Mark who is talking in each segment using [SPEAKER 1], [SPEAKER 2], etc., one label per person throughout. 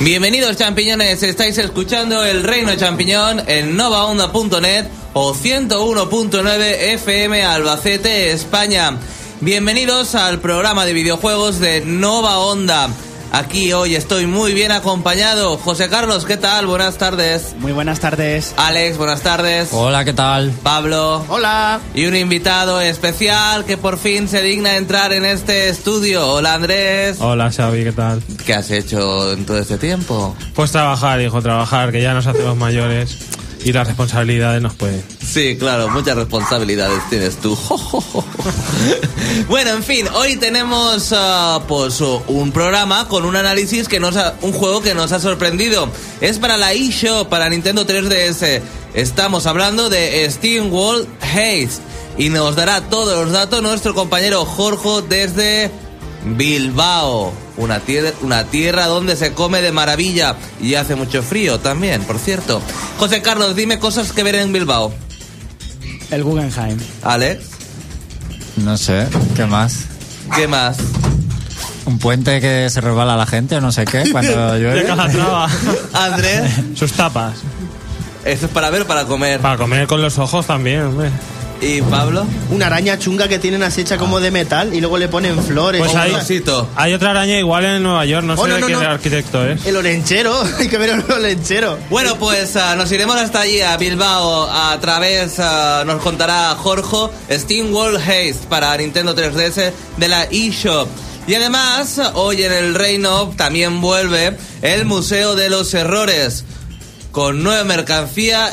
[SPEAKER 1] Bienvenidos champiñones, estáis escuchando El Reino Champiñón en novaonda.net o 101.9 FM Albacete, España. Bienvenidos al programa de videojuegos de Nova Onda. Aquí hoy estoy muy bien acompañado. José Carlos, ¿qué tal? Buenas tardes.
[SPEAKER 2] Muy buenas tardes.
[SPEAKER 1] Alex, buenas tardes.
[SPEAKER 3] Hola, ¿qué tal?
[SPEAKER 1] Pablo.
[SPEAKER 2] Hola.
[SPEAKER 1] Y un invitado especial que por fin se digna entrar en este estudio. Hola Andrés.
[SPEAKER 4] Hola Xavi, ¿qué tal?
[SPEAKER 1] ¿Qué has hecho en todo este tiempo?
[SPEAKER 4] Pues trabajar, hijo, trabajar, que ya nos hacemos mayores y las responsabilidades nos pueden.
[SPEAKER 1] Sí, claro, muchas responsabilidades tienes tú. bueno, en fin, hoy tenemos uh, pues, uh, un programa con un análisis que nos ha, un juego que nos ha sorprendido. Es para la eShop, para Nintendo 3DS. Estamos hablando de Steam World Haze y nos dará todos los datos nuestro compañero Jorge desde Bilbao, una tierra, una tierra donde se come de maravilla y hace mucho frío también, por cierto. José Carlos, dime cosas que ver en Bilbao.
[SPEAKER 2] El Guggenheim.
[SPEAKER 1] Alex,
[SPEAKER 3] No sé, ¿qué más?
[SPEAKER 1] ¿qué más?
[SPEAKER 3] ¿Un puente que se resbala a la gente o no sé qué cuando
[SPEAKER 5] ¿Eh?
[SPEAKER 3] llueve?
[SPEAKER 4] Calatrava.
[SPEAKER 1] Andrés,
[SPEAKER 4] Sus tapas.
[SPEAKER 1] eso es para ver, o para comer.
[SPEAKER 4] Para comer con los ojos también, hombre.
[SPEAKER 1] ¿Y Pablo?
[SPEAKER 5] Una araña chunga que tienen así hecha como de metal y luego le ponen flores.
[SPEAKER 4] Pues
[SPEAKER 5] O
[SPEAKER 4] ahí-
[SPEAKER 1] Un
[SPEAKER 5] una-
[SPEAKER 1] osito.
[SPEAKER 4] Hay otra araña igual en Nueva York, no sé
[SPEAKER 5] Oh, no,
[SPEAKER 4] de
[SPEAKER 5] no,
[SPEAKER 4] qué
[SPEAKER 5] no.
[SPEAKER 4] arquitecto es.
[SPEAKER 5] El olenchero, hay que ver el olenchero.
[SPEAKER 1] Bueno, pues ah, nos iremos hasta allí, a Bilbao, a través, ah, nos contará Jorge, Steam World Haze para Nintendo 3DS de la eShop. Y además, hoy en el reino también vuelve el Museo de los Errores, con nueva mercancía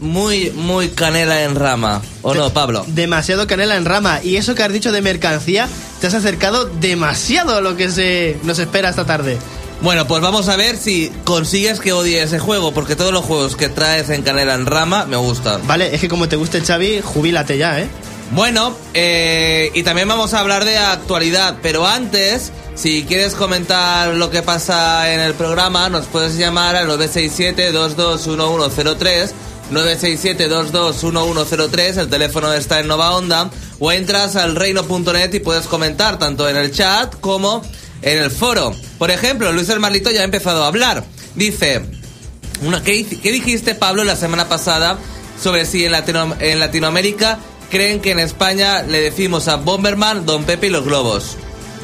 [SPEAKER 1] muy, muy canela en rama. ¿O no, Pablo?
[SPEAKER 5] Demasiado canela en rama. Y eso que has dicho de mercancía, te has acercado demasiado a lo que se nos espera esta tarde.
[SPEAKER 1] Bueno, pues vamos a ver si consigues que odie ese juego, porque todos los juegos que traes en canela en rama me gustan.
[SPEAKER 5] Vale, es que como te guste Xavi, jubílate ya, ¿eh?
[SPEAKER 1] Bueno, eh, y también vamos a hablar de actualidad, pero antes, si quieres comentar lo que pasa en el programa, nos puedes llamar al 967-221103, 967-221103, el teléfono está en Nova Onda, o entras al reino.net y puedes comentar tanto en el chat como en el foro. Por ejemplo, Luis el Marlito ya ha empezado a hablar. Dice, una- ¿qué, dici- qué dijiste, Pablo, la semana pasada sobre si en, Latino- en Latinoamérica creen que en España le decimos a Bomberman, Don Pepe y los globos?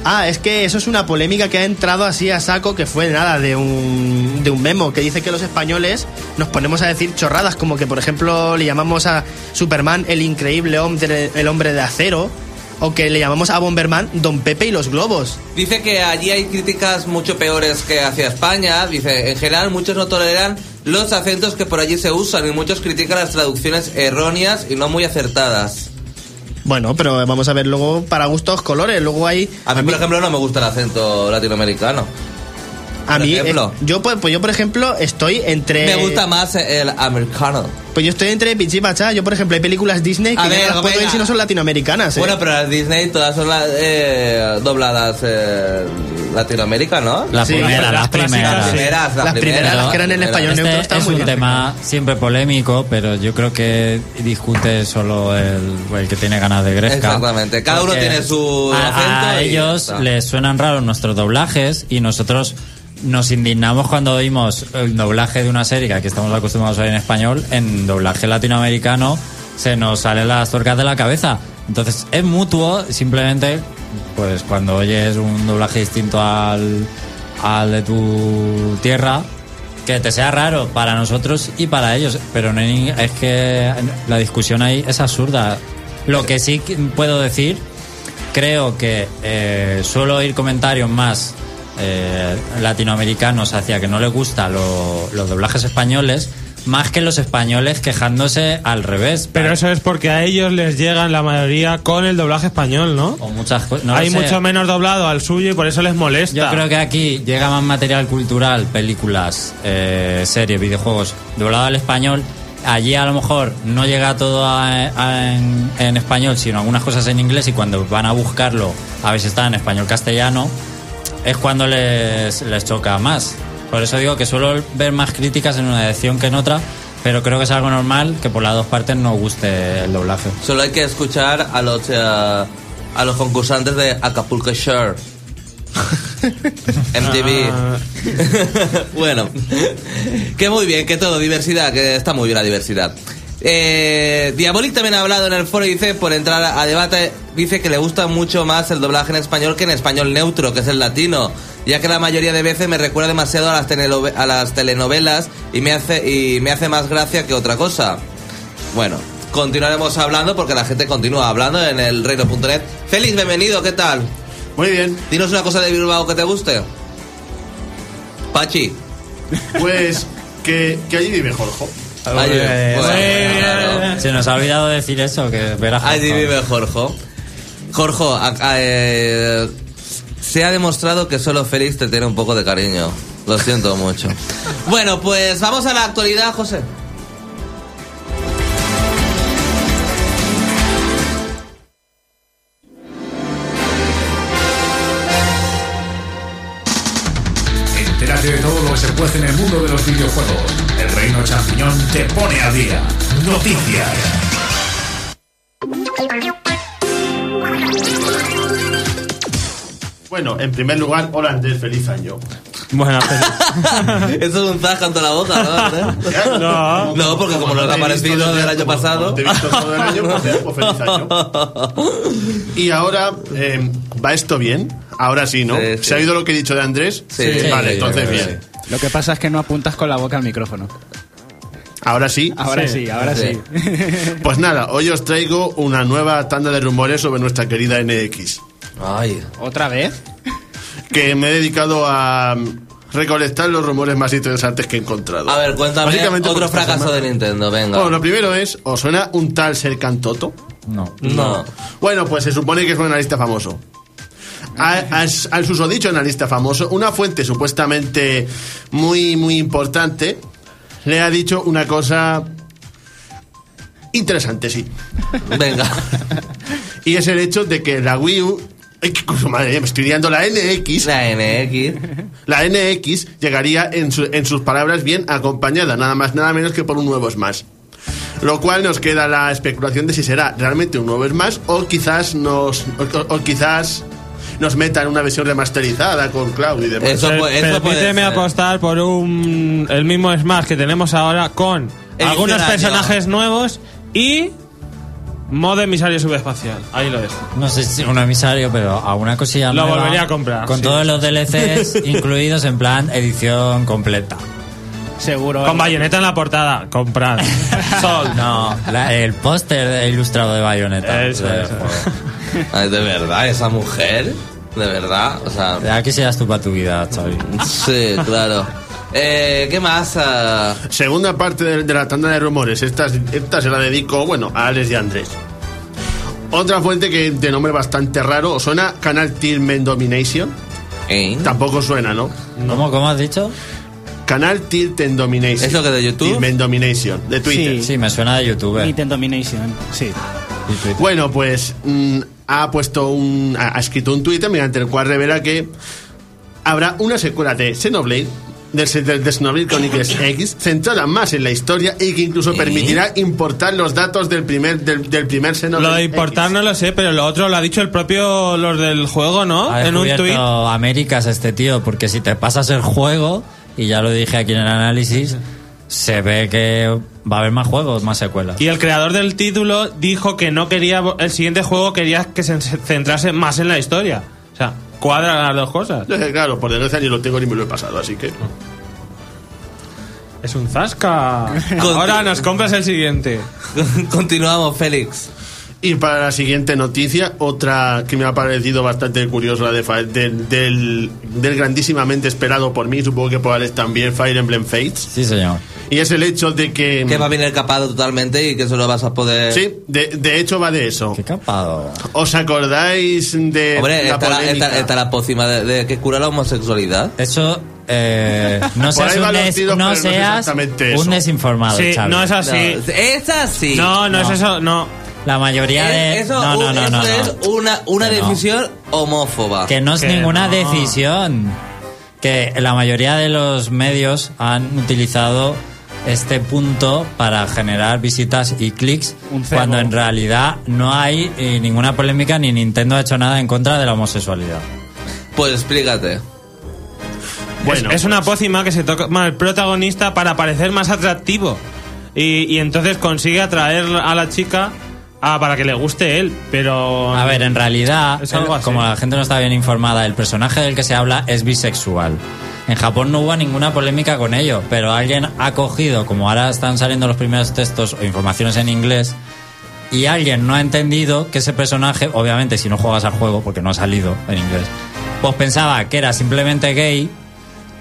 [SPEAKER 5] Ah, es que eso es una polémica que ha entrado así a saco, que fue nada, de un, de un memo que dice que los españoles nos ponemos a decir chorradas, como que por ejemplo le llamamos a Superman el increíble hombre, el hombre de acero, o que le llamamos a Bomberman Don Pepe y los globos.
[SPEAKER 1] Dice que allí hay críticas mucho peores que hacia España. Dice, en general muchos no toleran los acentos que por allí se usan y muchos critican las traducciones erróneas y no muy acertadas.
[SPEAKER 5] Bueno, pero vamos a ver luego para gustos colores, luego hay...
[SPEAKER 1] A mí, por ejemplo, no me gusta el acento latinoamericano.
[SPEAKER 5] A
[SPEAKER 1] por
[SPEAKER 5] mí,
[SPEAKER 1] ejemplo.
[SPEAKER 5] eh, yo, pues, pues yo por ejemplo estoy entre...
[SPEAKER 1] Me gusta más el americano.
[SPEAKER 5] Pues yo estoy entre Pichi y Pachá, yo por ejemplo hay películas Disney que
[SPEAKER 1] A
[SPEAKER 5] yo no
[SPEAKER 1] ver,
[SPEAKER 5] las puedo
[SPEAKER 1] venga.
[SPEAKER 5] ver si no son latinoamericanas. ¿eh?
[SPEAKER 1] Bueno, pero las Disney todas son las eh, dobladas eh, Latinoamérica, ¿no?
[SPEAKER 3] La
[SPEAKER 5] Sí,
[SPEAKER 3] primera,
[SPEAKER 4] las
[SPEAKER 3] la
[SPEAKER 4] clásicas,
[SPEAKER 3] primera.
[SPEAKER 4] sí.
[SPEAKER 1] primeras, las,
[SPEAKER 5] Las primeras,
[SPEAKER 1] primeras.
[SPEAKER 5] las que eran en español
[SPEAKER 3] Este
[SPEAKER 5] neutro, están
[SPEAKER 3] es
[SPEAKER 5] muy
[SPEAKER 3] un
[SPEAKER 5] bien.
[SPEAKER 3] tema siempre polémico, pero yo creo que discute solo el, el que tiene ganas de Gresca.
[SPEAKER 1] Exactamente, cada uno
[SPEAKER 3] Porque
[SPEAKER 1] tiene su
[SPEAKER 3] a- A,
[SPEAKER 1] acento y ya
[SPEAKER 3] ellos
[SPEAKER 1] está.
[SPEAKER 3] les suenan raros nuestros doblajes y nosotros nos indignamos cuando oímos el doblaje de una serie que aquí estamos acostumbrados a ver en español, en doblaje latinoamericano se nos salen las torcas de la cabeza. Entonces es mutuo, simplemente pues cuando oyes un doblaje distinto al, al de tu tierra, que te sea raro para nosotros y para ellos, pero no hay- es que la discusión ahí es absurda. Lo que sí que puedo decir, creo que eh, suelo oír comentarios más eh, latinoamericanos hacia que no les gustan los doblajes españoles, más que los españoles quejándose al revés.
[SPEAKER 4] Pero eso es porque a ellos les llegan la mayoría con el doblaje español, ¿no?
[SPEAKER 3] O muchas co- no lo
[SPEAKER 4] hay
[SPEAKER 3] sé.
[SPEAKER 4] mucho menos doblado al suyo y por eso les molesta.
[SPEAKER 3] Yo creo que aquí llega más material cultural, películas, eh, series, videojuegos, doblado al español. Allí a lo mejor no llega todo a- a- en, en español, sino algunas cosas en inglés y cuando van a buscarlo, a ver si está en español castellano, es cuando les, les choca más. Por eso digo que suelo ver más críticas en una edición que en otra, pero creo que es algo normal que por las dos partes no guste el doblaje.
[SPEAKER 1] Solo hay que escuchar a los eh, a los concursantes de Acapulco Shore. MTV. bueno, que muy bien, que todo, diversidad, que está muy bien la diversidad. Eh, Diabolic también ha hablado en el foro y dice, por entrar a debate, dice que le gusta mucho más el doblaje en español que en español neutro, que es el latino, ya que la mayoría de veces me recuerda demasiado a las, tenelove- a las telenovelas y me, hace, y me hace más gracia que otra cosa. Bueno, continuaremos hablando porque la gente continúa hablando en el reino.net. Félix, bienvenido, ¿qué tal?
[SPEAKER 6] Muy bien.
[SPEAKER 1] Dinos una cosa de Bilbao que te guste. Pachi.
[SPEAKER 6] Pues que, que allí vive Jorge.
[SPEAKER 1] Allí vive.
[SPEAKER 3] Pues,
[SPEAKER 1] Eh, Bueno,
[SPEAKER 3] bueno, Se nos ha olvidado decir eso, que ver a
[SPEAKER 1] Allí
[SPEAKER 3] Hawthorne.
[SPEAKER 1] vive Jorge. Jorge, a- a- eh, se ha demostrado que solo Félix te tiene un poco de cariño. Lo siento mucho. Bueno, pues vamos a la actualidad, José.
[SPEAKER 7] Entérate de todo lo que se puede en el mundo de los videojuegos. El Reino Champiñón te pone a día. Noticias.
[SPEAKER 6] Bueno, en primer lugar, hola Andrés, feliz año.
[SPEAKER 4] Bueno, feliz.
[SPEAKER 1] Eso es un zasca en toda la boca, ¿no?
[SPEAKER 4] No.
[SPEAKER 1] No, porque como no ha
[SPEAKER 6] te he visto
[SPEAKER 1] aparecido
[SPEAKER 6] desde-
[SPEAKER 1] del año
[SPEAKER 6] como-
[SPEAKER 1] pasado.
[SPEAKER 6] como te he visto todo el año, pues, eh, pues feliz año. Y ahora, eh, ¿va esto bien? Ahora sí, ¿no?
[SPEAKER 1] Sí, sí.
[SPEAKER 6] ¿Se ha oído lo que he dicho de Andrés?
[SPEAKER 1] Sí.
[SPEAKER 6] Vale,
[SPEAKER 3] Sí,
[SPEAKER 6] entonces
[SPEAKER 3] sí,
[SPEAKER 6] bien.
[SPEAKER 2] Lo que pasa es que no apuntas con la boca al micrófono.
[SPEAKER 6] Ahora sí.
[SPEAKER 2] Ahora sí,
[SPEAKER 4] Sí.
[SPEAKER 2] ahora sí.
[SPEAKER 6] Pues nada, hoy os traigo una nueva tanda de rumores sobre nuestra querida NX.
[SPEAKER 1] Ay.
[SPEAKER 2] ¿Otra vez?
[SPEAKER 6] Que me he dedicado a mm, recolectar los rumores más interesantes que he encontrado.
[SPEAKER 1] A ver, cuéntame
[SPEAKER 6] Básicamente
[SPEAKER 1] otro
[SPEAKER 6] porque esta
[SPEAKER 1] fracaso
[SPEAKER 6] semana-
[SPEAKER 1] de Nintendo, venga.
[SPEAKER 6] Bueno, lo primero es, ¿os suena un tal Serkan Toto?
[SPEAKER 3] No.
[SPEAKER 1] no.
[SPEAKER 6] Bueno, pues se supone que es un analista famoso. A- as- Al susodicho analista famoso, una fuente supuestamente muy, muy importante, le ha dicho una cosa interesante, sí.
[SPEAKER 1] Venga.
[SPEAKER 6] Y es el hecho de que la Wii U... ¡Ay, qué cosa, madre mía, me estoy liando! La NX...
[SPEAKER 1] La NX.
[SPEAKER 6] La NX llegaría, en, su- en sus palabras, bien acompañada, nada más, nada menos que por un nuevo Smash. Lo cual nos queda la especulación de si será realmente un nuevo Smash o quizás nos, o, o- o quizás nos metan una versión remasterizada con Cloud y demás.
[SPEAKER 1] Eso,
[SPEAKER 4] Per-
[SPEAKER 1] pu- eso puede
[SPEAKER 4] permíteme
[SPEAKER 1] ser.
[SPEAKER 4] apostar por un el mismo Smash que tenemos ahora con
[SPEAKER 1] El
[SPEAKER 4] algunos
[SPEAKER 1] Cedaño.
[SPEAKER 4] personajes nuevos y modo emisario subespacial. Ahí lo dejo.
[SPEAKER 3] No sé si un emisario, pero a una cosilla
[SPEAKER 4] Lo
[SPEAKER 3] nueva,
[SPEAKER 4] volvería a comprar,
[SPEAKER 3] Con
[SPEAKER 4] sí.
[SPEAKER 3] todos los DLCs incluidos en plan edición completa.
[SPEAKER 2] Seguro.
[SPEAKER 4] Con bayoneta en la portada. Comprar. Sol.
[SPEAKER 3] No, la- el póster ilustrado de Bayonetta.
[SPEAKER 4] Eso,
[SPEAKER 3] De-
[SPEAKER 4] eso.
[SPEAKER 1] Ay, Ah, de verdad, esa mujer. De verdad, o sea.
[SPEAKER 3] Ya quisieras tú para tu vida, Xavi.
[SPEAKER 1] Sí, claro. Eh, ¿Qué más? Ah,
[SPEAKER 6] Segunda parte de, de la tanda de rumores. Esta, es- esta se la dedico, bueno, a Alex y a Andrés. Otra fuente que de nombre bastante raro ¿os suena Canal Tilmen Domination.
[SPEAKER 1] ¿eh?
[SPEAKER 6] Tampoco suena, ¿no?
[SPEAKER 3] ¿Cómo, ¿Cómo has dicho?
[SPEAKER 6] Canal Tilten Domination.
[SPEAKER 1] ¿Es lo que de YouTube?
[SPEAKER 6] Tilmen Domination, de Twitter.
[SPEAKER 2] Sí.
[SPEAKER 3] Sí, me suena de youtuber.
[SPEAKER 2] Nintendo Domination. Sí.
[SPEAKER 3] Y Twitter.
[SPEAKER 6] Bueno, pues mm, ha puesto un. Ha, ha escrito un Twitter mediante el cual revela que habrá una secuela de Xenoblade. Del de, de Xenoblade Chronicles X, centrada más en la historia y que incluso
[SPEAKER 1] ¿Eh?
[SPEAKER 6] permitirá importar los datos del primer, del, del primer Xenoblade.
[SPEAKER 4] Lo de importar
[SPEAKER 6] X.
[SPEAKER 4] no lo sé, pero lo otro lo ha dicho el propio los del juego, ¿no?
[SPEAKER 3] Ha
[SPEAKER 4] En un
[SPEAKER 3] descubierto
[SPEAKER 4] tuit.
[SPEAKER 3] Américas este tío, porque si te pasas el juego, y ya lo dije aquí en el análisis, se ve que va a haber más juegos, más secuelas.
[SPEAKER 4] Y el creador del título dijo que no quería el siguiente juego quería que se centrase más en la historia. O sea, cuadran las dos cosas.
[SPEAKER 6] Eh, Claro, por desgracia ni lo tengo ni me lo he pasado, así que.
[SPEAKER 4] Es un zasca.
[SPEAKER 1] Con-
[SPEAKER 4] Ahora nos compras el siguiente.
[SPEAKER 1] Continuamos, Félix.
[SPEAKER 6] Y para la siguiente noticia, otra que me ha parecido bastante curiosa, la de, Fa- del, del, del grandísimamente esperado por mí, supongo que por Alex también, Fire Emblem Fates.
[SPEAKER 3] Sí, señor.
[SPEAKER 6] Y es el hecho de que.
[SPEAKER 3] Mm.
[SPEAKER 1] Que va a venir capado totalmente y que solo vas a poder.
[SPEAKER 6] Sí, de, de hecho va de eso.
[SPEAKER 3] Qué capado.
[SPEAKER 6] ¿Os acordáis de
[SPEAKER 1] Hombre,
[SPEAKER 6] la
[SPEAKER 1] está la,
[SPEAKER 6] polémica?
[SPEAKER 1] está- está la pócima de, de que cura la homosexualidad.
[SPEAKER 3] Eso, eh, no
[SPEAKER 6] Por
[SPEAKER 3] seas,
[SPEAKER 6] ahí
[SPEAKER 3] un,
[SPEAKER 6] van los
[SPEAKER 3] des-
[SPEAKER 6] tiros,
[SPEAKER 3] no
[SPEAKER 6] pero no es
[SPEAKER 3] seas
[SPEAKER 6] exactamente eso.
[SPEAKER 3] un desinformado.
[SPEAKER 4] Sí,
[SPEAKER 3] Xavi.
[SPEAKER 4] no es así.
[SPEAKER 1] No, es así.
[SPEAKER 4] No, no, es eso, no.
[SPEAKER 3] La mayoría de...
[SPEAKER 6] Eh,
[SPEAKER 1] Es- Eh, eso
[SPEAKER 3] no, no, no,
[SPEAKER 1] eso
[SPEAKER 3] no, no.
[SPEAKER 1] es una, una
[SPEAKER 3] Que no.
[SPEAKER 1] decisión homófoba.
[SPEAKER 3] Que no es
[SPEAKER 4] Que
[SPEAKER 3] ninguna
[SPEAKER 4] no.
[SPEAKER 3] decisión. Que la mayoría de los medios han utilizado este punto para generar visitas y clics
[SPEAKER 2] Un cebo.
[SPEAKER 3] cuando en realidad no hay eh, ninguna polémica ni Nintendo ha hecho nada en contra de la homosexualidad.
[SPEAKER 1] Pues explícate.
[SPEAKER 6] Bueno,
[SPEAKER 4] es, es
[SPEAKER 3] pues.
[SPEAKER 4] una pócima que se toma el protagonista para parecer más atractivo. Y, y entonces consigue atraer a la chica a- para que le guste él. Pero.
[SPEAKER 3] A ver, en realidad,
[SPEAKER 4] Es algo
[SPEAKER 3] el-
[SPEAKER 4] así.
[SPEAKER 3] como la gente no está bien informada, el personaje del que se habla es bisexual. En Japón no hubo ninguna polémica con ello, pero alguien ha cogido, como ahora están saliendo los primeros textos o informaciones en inglés, y alguien no ha entendido que ese personaje, obviamente si no juegas al juego, porque no ha salido en inglés, pues pensaba que era simplemente gay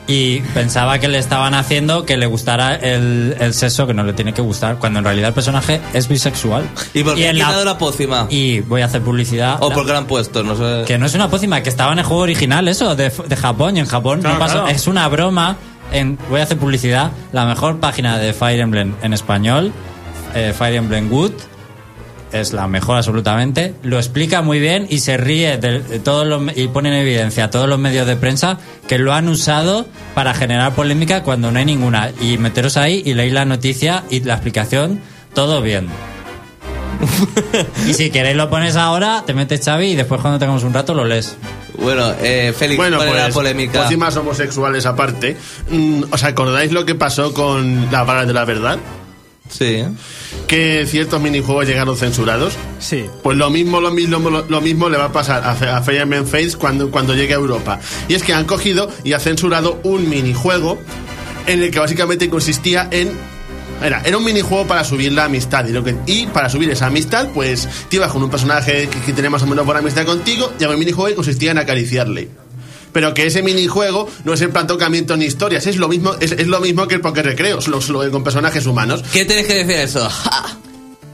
[SPEAKER 3] y pensaba que le estaban haciendo que le gustara el, el sexo que no le tiene que gustar, cuando en realidad el personaje es bisexual.
[SPEAKER 1] ¿Y por qué han
[SPEAKER 3] en
[SPEAKER 1] quitado la pócima?
[SPEAKER 3] Y voy a hacer publicidad.
[SPEAKER 1] O
[SPEAKER 3] La-
[SPEAKER 1] por qué la han puesto, no sé.
[SPEAKER 3] que no es una pócima, que estaba en el juego original, eso, de, de Japón. Y en Japón
[SPEAKER 4] Claro,
[SPEAKER 3] no pasó.
[SPEAKER 4] claro.
[SPEAKER 3] Es una broma. En, voy a hacer publicidad. La mejor página de Fire Emblem en español, eh, Fire Emblem Good, es la mejor absolutamente. Lo explica muy bien y se ríe de, de todos los, me- y pone en evidencia a todos los medios de prensa que lo han usado para generar polémica cuando no hay ninguna. Y meteros ahí y leéis la noticia y la explicación, todo bien. Y si queréis lo pones ahora, te metes Xavi y después cuando tengamos un rato lo lees.
[SPEAKER 1] Bueno, eh, Félix,
[SPEAKER 6] Bueno,
[SPEAKER 1] ¿cuál era
[SPEAKER 6] pues,
[SPEAKER 1] la polémica?
[SPEAKER 6] pócimas homosexuales aparte. Mm, ¿Os acordáis lo que pasó con la vara de la verdad?
[SPEAKER 1] Sí.
[SPEAKER 6] Que ciertos minijuegos llegaron censurados.
[SPEAKER 2] Sí.
[SPEAKER 6] Pues lo mismo, lo mismo, lo, lo mismo le va a pasar a, Fe- a Fire Emblem Fates cuando, cuando llegue a Europa. Y es que han cogido y ha censurado un minijuego en el que básicamente consistía en... Era, era un minijuego para subir la amistad y, lo que, y para subir esa amistad pues te ibas con un personaje que, que tenía más o menos buena amistad contigo y el minijuego consistía en acariciarle. Pero que ese minijuego no es en plan tocamiento ni historias, es lo mismo, es, es lo mismo que el Poker Recreo, solo, solo que con personajes humanos.
[SPEAKER 1] ¿Qué tienes que decir a eso? Ah,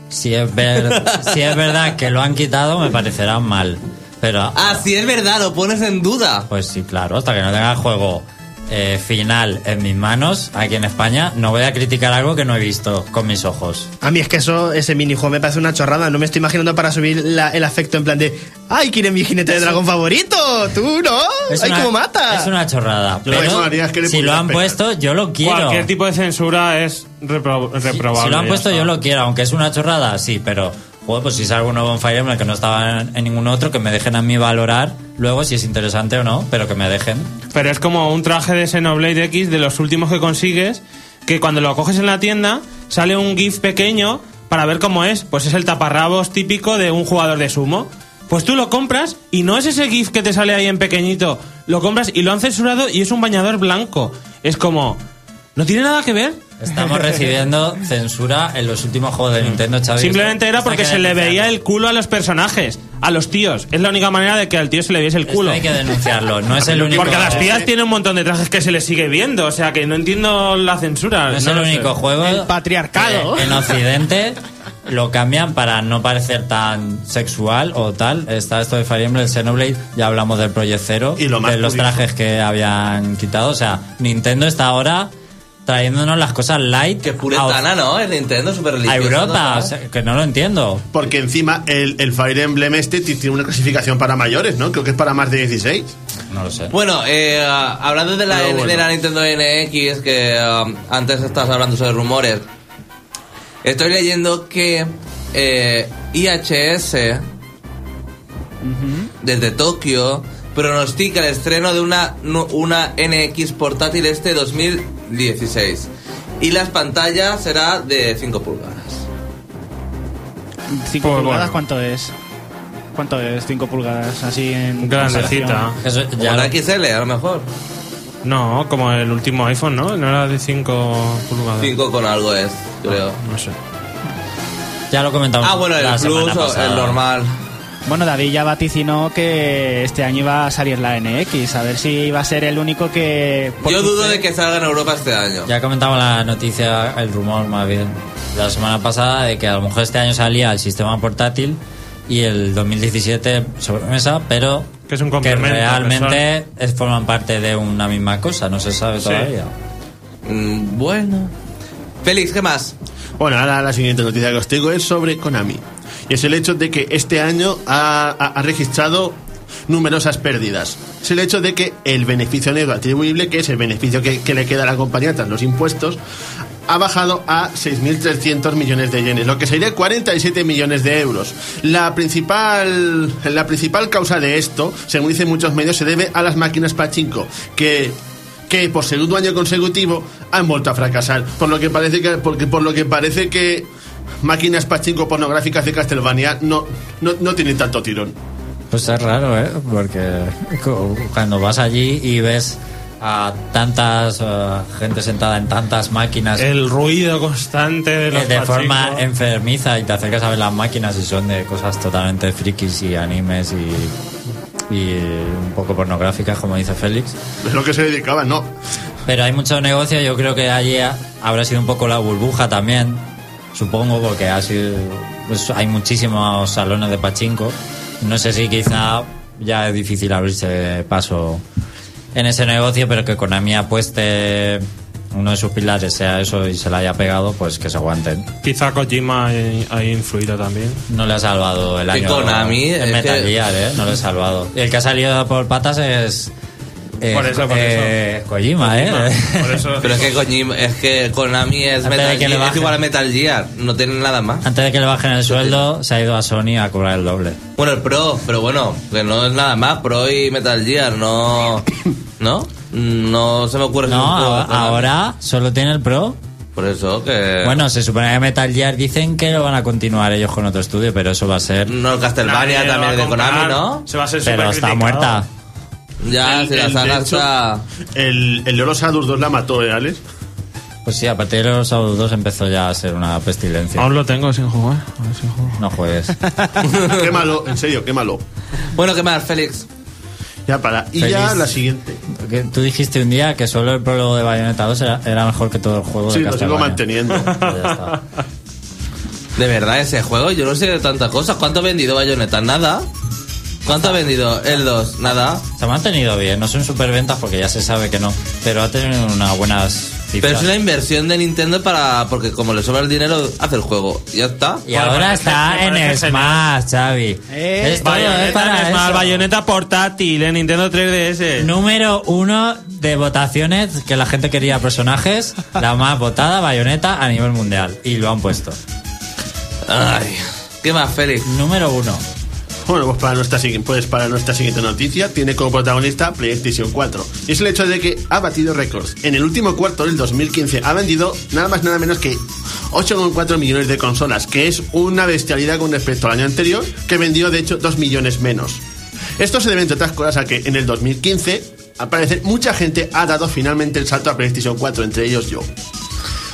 [SPEAKER 3] Si es, ver- si es verdad que lo han quitado, me parecerá mal. Pero,
[SPEAKER 1] ah, sí, es verdad, lo pones en duda.
[SPEAKER 3] pues sí, claro, hasta que no tenga el juego eh, final en mis manos, aquí en España, no voy a criticar algo que no he visto con mis ojos.
[SPEAKER 5] A mí es que eso, ese minijuego me parece una chorrada. No me estoy imaginando para subir la- el afecto en plan de ¡Ay, quién es mi jinete de dragón favorito! ¡Tú no!
[SPEAKER 3] Es
[SPEAKER 5] ¡Ay,
[SPEAKER 3] una-
[SPEAKER 5] cómo mata!
[SPEAKER 3] Es una chorrada.
[SPEAKER 6] Lo que
[SPEAKER 3] Pero
[SPEAKER 6] molaría es que le
[SPEAKER 3] si lo
[SPEAKER 6] pudieras
[SPEAKER 3] han
[SPEAKER 6] pegar.
[SPEAKER 3] puesto, yo lo quiero.
[SPEAKER 4] Cualquier tipo de censura es repro- reprobable.
[SPEAKER 3] Si lo han
[SPEAKER 4] ya
[SPEAKER 3] puesto,
[SPEAKER 4] está.
[SPEAKER 3] yo lo quiero, aunque es una chorrada, sí, pero joder, pues si es algo nuevo en Fire Emblem que no estaba en, en ningún otro, que me dejen a mí valorar luego si es interesante o no, pero que me dejen.
[SPEAKER 4] Pero es como un traje de Xenoblade X de los últimos que consigues, que cuando lo coges en la tienda sale un GIF pequeño para ver cómo es. Pues es el taparrabos típico de un jugador de sumo. Pues tú lo compras y no es ese GIF que te sale ahí en pequeñito. Lo compras y lo han censurado y es un bañador blanco. Es como... ¿No tiene nada que ver?
[SPEAKER 3] Estamos recibiendo censura en los últimos juegos de Nintendo, Xavi.
[SPEAKER 4] Simplemente
[SPEAKER 3] Esto-
[SPEAKER 4] era
[SPEAKER 3] esto hay
[SPEAKER 4] porque
[SPEAKER 3] que
[SPEAKER 4] se le veía el
[SPEAKER 3] denunciarlo.
[SPEAKER 4] culo a los personajes, a los tíos. Es la única manera de que al tío se le viese el
[SPEAKER 3] Esto
[SPEAKER 4] culo.
[SPEAKER 3] hay que denunciarlo, no es el único.
[SPEAKER 4] Porque a las tías tiene un montón de trajes que se les sigue viendo, o sea que no entiendo la censura.
[SPEAKER 3] No es
[SPEAKER 4] no
[SPEAKER 3] el
[SPEAKER 4] lo sé.
[SPEAKER 3] único juego.
[SPEAKER 2] El patriarcado.
[SPEAKER 3] que En Occidente lo cambian para no parecer tan sexual o tal. Está esto de Fire Emblem, el Xenoblade, ya hablamos del Project Zero,
[SPEAKER 6] Y lo más
[SPEAKER 3] de los
[SPEAKER 6] curioso.
[SPEAKER 3] trajes que habían quitado. O sea, Nintendo está ahora trayéndonos las cosas light
[SPEAKER 1] Que
[SPEAKER 3] a,
[SPEAKER 1] puritana, ¿no? Es Nintendo, súper
[SPEAKER 3] a
[SPEAKER 1] religioso.
[SPEAKER 3] Europa.
[SPEAKER 1] ¿no?
[SPEAKER 3] o sea, que no lo entiendo.
[SPEAKER 6] Porque encima el, el Fire Emblem este ti- tiene una clasificación para mayores, ¿no? Creo que es para más de 16.
[SPEAKER 3] No lo sé.
[SPEAKER 1] Bueno, eh, ah, hablando de la,
[SPEAKER 6] Pero bueno.
[SPEAKER 1] de la Nintendo NX, que ah, antes estabas hablando sobre rumores, estoy leyendo que eh, IHS desde Tokio pronostica el estreno de una, nu- una NX portátil este 2016 y las pantallas será de 5 pulgadas.
[SPEAKER 2] ¿Cinco
[SPEAKER 4] Pues
[SPEAKER 2] pulgadas
[SPEAKER 4] bueno.
[SPEAKER 2] cuánto es? ¿Cuánto es 5 pulgadas? Así en.
[SPEAKER 4] Grandecita.
[SPEAKER 2] comparación.
[SPEAKER 3] Eso
[SPEAKER 1] O
[SPEAKER 3] ya
[SPEAKER 1] la
[SPEAKER 3] lo- Ah.
[SPEAKER 1] XL, a lo mejor.
[SPEAKER 4] No, como el último iPhone, ¿no? No era de 5 pulgadas.
[SPEAKER 1] 5 con algo es, creo.
[SPEAKER 4] No sé.
[SPEAKER 3] Ya lo comentamos.
[SPEAKER 1] Ah, bueno, el
[SPEAKER 3] Ah. la semana
[SPEAKER 1] plus, o
[SPEAKER 3] pasada.
[SPEAKER 1] el normal.
[SPEAKER 2] Bueno, David ya vaticinó que este año iba a salir la NX. A ver si iba a ser el único que.
[SPEAKER 1] Yo dudo de que salga en Europa este año.
[SPEAKER 3] Ya comentamos la noticia, el rumor más bien, la semana pasada de que a lo mejor este año salía el sistema portátil y el 2017 sobremesa, pero
[SPEAKER 4] Que es un complemento,
[SPEAKER 3] realmente es- forman parte de una misma cosa, no se sabe todavía.
[SPEAKER 1] Mm, bueno. Félix, ¿qué más?
[SPEAKER 6] Bueno, ahora la siguiente noticia que os tengo es sobre Konami. Y es el hecho de que este año ha, ha- ha registrado numerosas pérdidas. Es el hecho de que el beneficio negro atribuible, que es el beneficio que, que le queda a la compañía tras los impuestos, ha bajado a 6.300 millones de yenes, lo que sería 47 millones de euros. La principal, la principal causa de esto, según dicen muchos medios, se debe a las máquinas pachinko, que que por segundo año consecutivo han vuelto a fracasar, por lo que parece que porque por lo que parece que máquinas pachinko pornográficas de Castlevania no no, no tienen tanto tirón.
[SPEAKER 3] Pues es raro, ¿eh? Porque cu- cuando vas allí y ves a tantas eh, gente sentada en tantas máquinas
[SPEAKER 4] El ruido constante de los
[SPEAKER 3] eh, de forma
[SPEAKER 4] pachinko.
[SPEAKER 3] enfermiza y te acercas a ver las máquinas y son de cosas totalmente frikis y animes y, y un poco pornográficas, como dice Félix.
[SPEAKER 6] Es lo que se dedicaban, no.
[SPEAKER 3] Pero hay mucho negocio, yo creo que allí ha- habrá sido un poco la burbuja también, supongo, porque ha sido, pues, hay muchísimos salones de pachinko. No sé si quizá ya es difícil abrirse paso en ese negocio, pero que Konami apueste uno de sus pilares sea eso y se la haya pegado, pues que se aguanten.
[SPEAKER 4] Quizá Kojima eh, ha influido también.
[SPEAKER 3] No le ha salvado el
[SPEAKER 1] Que
[SPEAKER 3] año.
[SPEAKER 1] Konami,
[SPEAKER 3] en
[SPEAKER 1] es
[SPEAKER 3] Metal
[SPEAKER 1] que-
[SPEAKER 3] Gear, ¿eh? No le ha salvado. Y el que ha salido por patas es. eh,
[SPEAKER 4] Por eso, por
[SPEAKER 3] eh, Kojima, ¿eh?
[SPEAKER 4] Por eso
[SPEAKER 1] Pero es que, Kojima- es que Konami es,
[SPEAKER 3] Antes de
[SPEAKER 1] Metal
[SPEAKER 3] que le
[SPEAKER 1] Gear, es
[SPEAKER 3] bajen.
[SPEAKER 1] igual a Metal Gear, no tienen nada más.
[SPEAKER 3] Antes de que le bajen el sueldo, se ha ido a Sony a cobrar el doble.
[SPEAKER 1] Bueno, el Pro, pero bueno, que no es nada más, Pro y Metal Gear, no... ¿No? No Eh. se me ocurre...
[SPEAKER 3] No,
[SPEAKER 1] ningún juego
[SPEAKER 3] a-
[SPEAKER 1] de Konami.
[SPEAKER 3] ahora solo tiene el Pro.
[SPEAKER 1] Por eso que...
[SPEAKER 3] Bueno, se supone que Metal Gear dicen que lo van a continuar ellos con otro estudio, pero eso va a ser.
[SPEAKER 1] No, el Castlevania
[SPEAKER 4] Nadie lo
[SPEAKER 1] también
[SPEAKER 4] va
[SPEAKER 1] es de
[SPEAKER 4] a comprar,
[SPEAKER 1] Konami, ¿no?
[SPEAKER 4] Se va a ser
[SPEAKER 3] Pero está
[SPEAKER 4] supercriticado.
[SPEAKER 3] muerta.
[SPEAKER 1] Ya,
[SPEAKER 6] El-
[SPEAKER 1] si la
[SPEAKER 6] el-
[SPEAKER 1] saga
[SPEAKER 6] de hecho,
[SPEAKER 1] está...
[SPEAKER 6] El, el Loro Sadus 2 la mató, ¿eh, Alex?
[SPEAKER 3] Pues sí, a partir de los sábados 2 empezó ya a ser una pestilencia.
[SPEAKER 4] Aún lo tengo sin jugar. A ver si juego.
[SPEAKER 3] No juegues.
[SPEAKER 6] qué malo, en serio, qué malo.
[SPEAKER 1] Bueno, ¿qué más, Félix?
[SPEAKER 6] Ya para. Y ya
[SPEAKER 3] Feliz.
[SPEAKER 6] la siguiente.
[SPEAKER 3] Que Tú dijiste un día que solo el prólogo de Bayonetta 2 era, era mejor que todo el juego
[SPEAKER 6] Sí,
[SPEAKER 3] de
[SPEAKER 6] lo sigo
[SPEAKER 3] Castlevania.
[SPEAKER 6] manteniendo.
[SPEAKER 3] Pues ya está.
[SPEAKER 1] De verdad, ese juego, yo no sé de tantas cosas. ¿Cuánto ha vendido Bayonetta? Nada. ¿Cuánto ha vendido el 2? Nada.
[SPEAKER 3] Se ha mantenido bien, no son superventas porque ya se sabe que no, pero ha tenido unas buenas cifras.
[SPEAKER 1] Pero es una inversión de Nintendo para... Porque como le sobra el dinero, hace el juego. Ya está.
[SPEAKER 3] Y ahora está
[SPEAKER 4] me parece
[SPEAKER 3] en Smash, Xavi.
[SPEAKER 2] Eh,
[SPEAKER 3] Esto es para
[SPEAKER 4] Bayonetta, es más,
[SPEAKER 3] eso.
[SPEAKER 4] bayoneta portátil en Nintendo 3DS.
[SPEAKER 3] Número uno de votaciones que la gente quería personajes, la más votada, Bayonetta a nivel mundial. Y lo han puesto.
[SPEAKER 1] Ay, ¿Qué más, Félix?
[SPEAKER 3] Número uno.
[SPEAKER 6] Bueno, pues para nuestra, sigui- pues para nuestra siguiente noticia tiene como protagonista PlayStation 4. Y es el hecho de que ha batido récords. En el último cuarto del 2015 ha vendido nada más nada menos que 8,4 millones de consolas, que es una bestialidad con respecto al año anterior, que vendió de hecho 2 millones menos. Esto se debe entre otras cosas a que en el 2015, al parecer, mucha gente ha dado finalmente el salto a PlayStation 4, entre ellos yo.